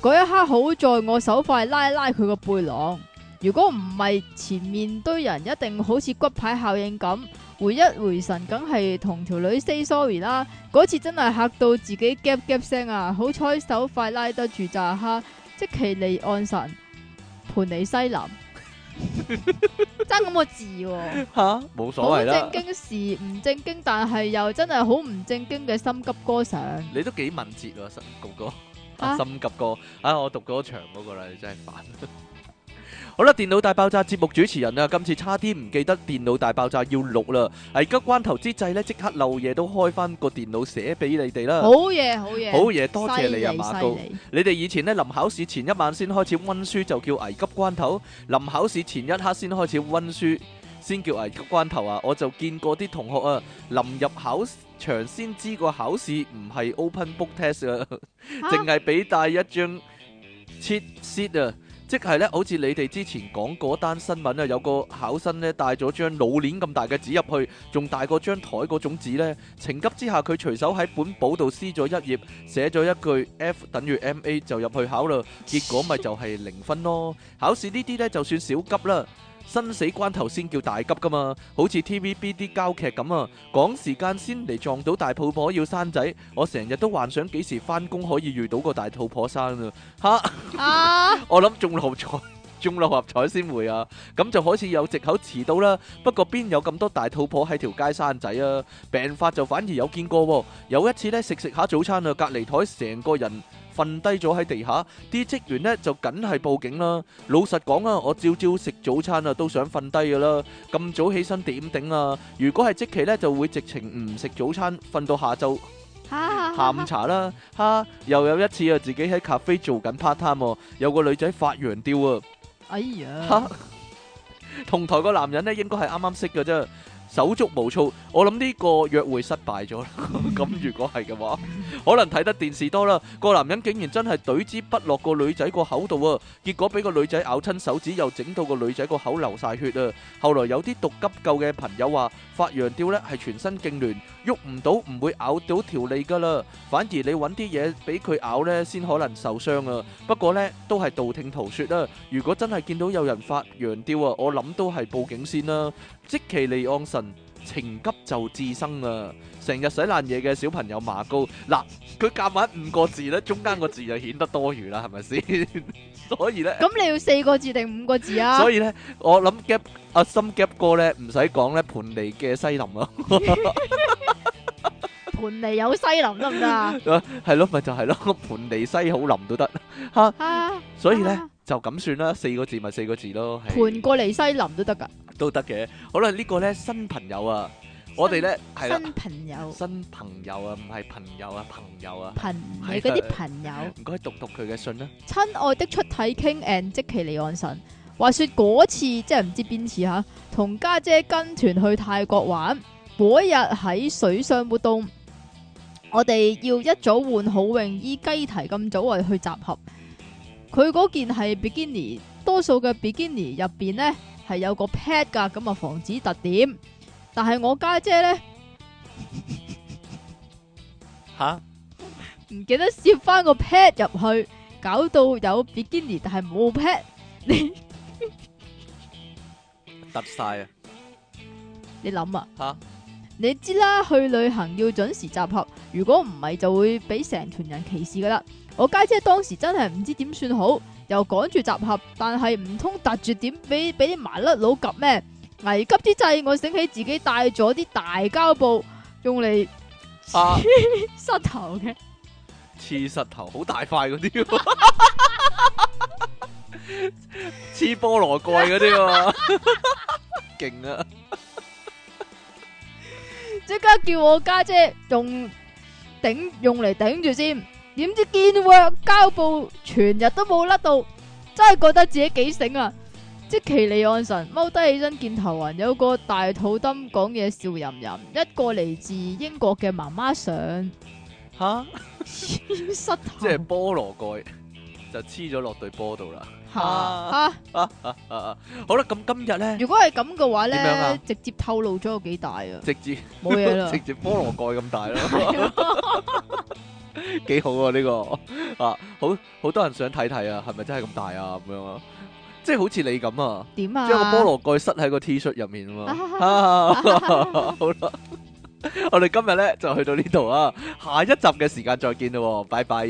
B: 嗰一刻好在我手快拉一拉佢個背囊。如果唔係前面堆人，一定好似骨牌效應咁，回一回神，梗係同條女 say sorry 啦。嗰次真係嚇到自己 gap gap 聲啊！好彩手快拉得住咋哈，即其離岸神，盤尼西林，爭咁個字喎、
A: 嚇，冇所
B: 好
A: 謂啦
B: 正。經時唔正經，但係又真係好唔正經嘅心急歌上。
A: 你都幾敏捷喎，心哥哥，啊
B: 啊
A: 心急哥，啊我讀嗰場嗰個啦，你真係煩。 <laughs> 好啦，電腦大爆炸節目主持人啊，今次差啲唔記得電腦大爆炸要錄啦，危急關頭之際呢，即刻漏夜都開翻個電腦寫俾你哋啦。
B: 好嘢，好嘢，
A: 好嘢，多謝你啊，
B: 犀利
A: 馬高
B: 犀。利
A: 你哋以前呢，臨考試前一晚先開始温書就叫危急關頭，臨考試前一刻先開始温書先叫危急關頭啊！我就見過啲同學啊，臨入考場先知個考試唔係 open book test 啊。
B: 啊
A: 淨係俾帶一張 cheat sheet 啊，即係咧，好似你哋之前講嗰單新聞啊，有個考生咧帶咗張老鏈咁大嘅紙入去，仲大過張台嗰種紙咧。情急之下，佢隨手喺本簿度撕咗一頁，寫咗一句 F 等於 MA 就入去考啦。結果咪就係零分咯。考試呢啲呢，就算小急啦，生死關頭先叫大急噶嘛，好似 TVB 啲膠劇咁啊，趕時間先嚟撞到大肚婆要生仔，我成日都幻想幾時翻工可以遇到個大肚婆生啊！嚇！
B: 啊，
A: 我諗中六合彩，中六合彩先會啊，咁就開始有藉口遲到啦。不過邊有咁多大肚婆喺條街生仔啊？病發就反而有見過喎、有一次呢，食食下早餐啊，隔離台成個人瞓低咗喺地下，啲職員呢就梗係報警啦。老實講啊，我朝朝食早餐啊都想瞓低噶啦，咁早起身點頂啊？如果係即期呢，就會直情唔食早餐，瞓到下晝。下午茶啦，哈！又有一次啊，自己喺咖啡做緊 part time，喎有個女仔發羊吊啊，
B: 哎呀，
A: 哈！同台個男人咧應該係啱啱識嘅啫，手足無措。我諗呢個約會失敗咗啦。咁如果係嘅話，可能睇得電視多啦，個男人竟然真係懟支筆落個女仔個口度啊！結果俾個女仔咬親手指，又整到個女仔個口流晒血啊！後來有啲讀急救嘅朋友話，發羊吊呢係全身痙攣，喐唔到，唔會咬到條脷噶啦，反而你揾啲嘢俾佢咬呢，先可能受傷啊！不過呢，都係道聽途說啦。如果真係見到有人發羊吊啊，我諗都係報警先啦。即其利昂神情急就自生啊！成日洗爛嘢嘅小朋友馬高，嗱佢夾硬五個字咧，中間個字就顯得多餘啦，係咪先？ <laughs> 所以咧，
B: 咁你要四個字定五個字啊？
A: 所以咧，我諗 gap 阿心 gap 哥咧，唔使講咧，盤尼嘅西林咯，
B: 盤尼有西林得唔得
A: <laughs>
B: 啊？
A: 係咯，咪就係咯，盤尼西好林都得，嚇，
B: 啊，
A: 所以咧
B: 啊
A: 就咁算啦，四個字咪四個字咯，係
B: 盤過嚟西林都得㗎。
A: 都得嘅。好啦，呢個咧新朋友啊，我哋咧係啦，
B: 新朋友，
A: 新朋友啊，唔係朋友啊，朋友啊，
B: 朋
A: 係
B: 你嗰啲朋友。
A: 唔該讀讀佢嘅信啦。
B: 親愛的出體傾 and 即其離岸神，話說嗰次即係唔知邊次吓，同家姐跟團去泰國玩，嗰日喺水上活動，我哋要一早換好泳衣，雞啼咁早嚟去集合。佢嗰件係 bikini，多數嘅 bikini 入邊呢係有個 pad 噶，咁啊防止突點。但係我家姐呢，
A: 嚇，
B: 唔記得攝翻個 pad 入去，搞到有 bikini 但係冇 pad。
A: 突晒啊！
B: 你諗啊？
A: 嚇
B: 你知啦，去旅行要準時集合，如果唔係就會俾成團人歧視噶啦。我家姐當時真係唔知點算好，又趕住集合，但係唔通突住點俾俾啲麻甩佬及咩？危急之際，我醒起自己帶咗啲大膠布，用嚟
A: 啊！
B: 膝頭嘅。
A: 刺實頭好大塊嗰啲喎，黐菠蘿蓋嗰啲喎，勁啊！
B: 即刻叫我家姐用頂用嚟頂住先，點知堅 work 膠布全日都冇甩到，真係覺得自己幾醒啊！即其離岸神踎低起身見頭暈，有個大肚燈講嘢笑吟吟，一個嚟自英國嘅媽媽上
A: 吓，
B: 膝
A: 即
B: 頭 <laughs>
A: 係菠蘿蓋就黐咗落對波度啦。
B: 嚇啊！
A: 啊啊啊！好啦，咁今日咧
B: 如果係咁嘅話
A: 點樣啊
B: 咧，直接透露咗有幾大啊！
A: 直接
B: 冇嘢啦
A: 直啊接菠蘿蓋咁大咯，幾好啊呢個啊，好好多人想睇睇啊，係咪真係咁大啊咁樣啊？即係好似你咁啊！
B: <laughs> 點
A: 將個菠
B: 啊？
A: 蘿蓋塞喺個 T 恤入面啊嘛。
B: 啊
A: 好啦，我哋今日咧就去到呢度啊，下一集嘅時間再見咯喎，拜拜。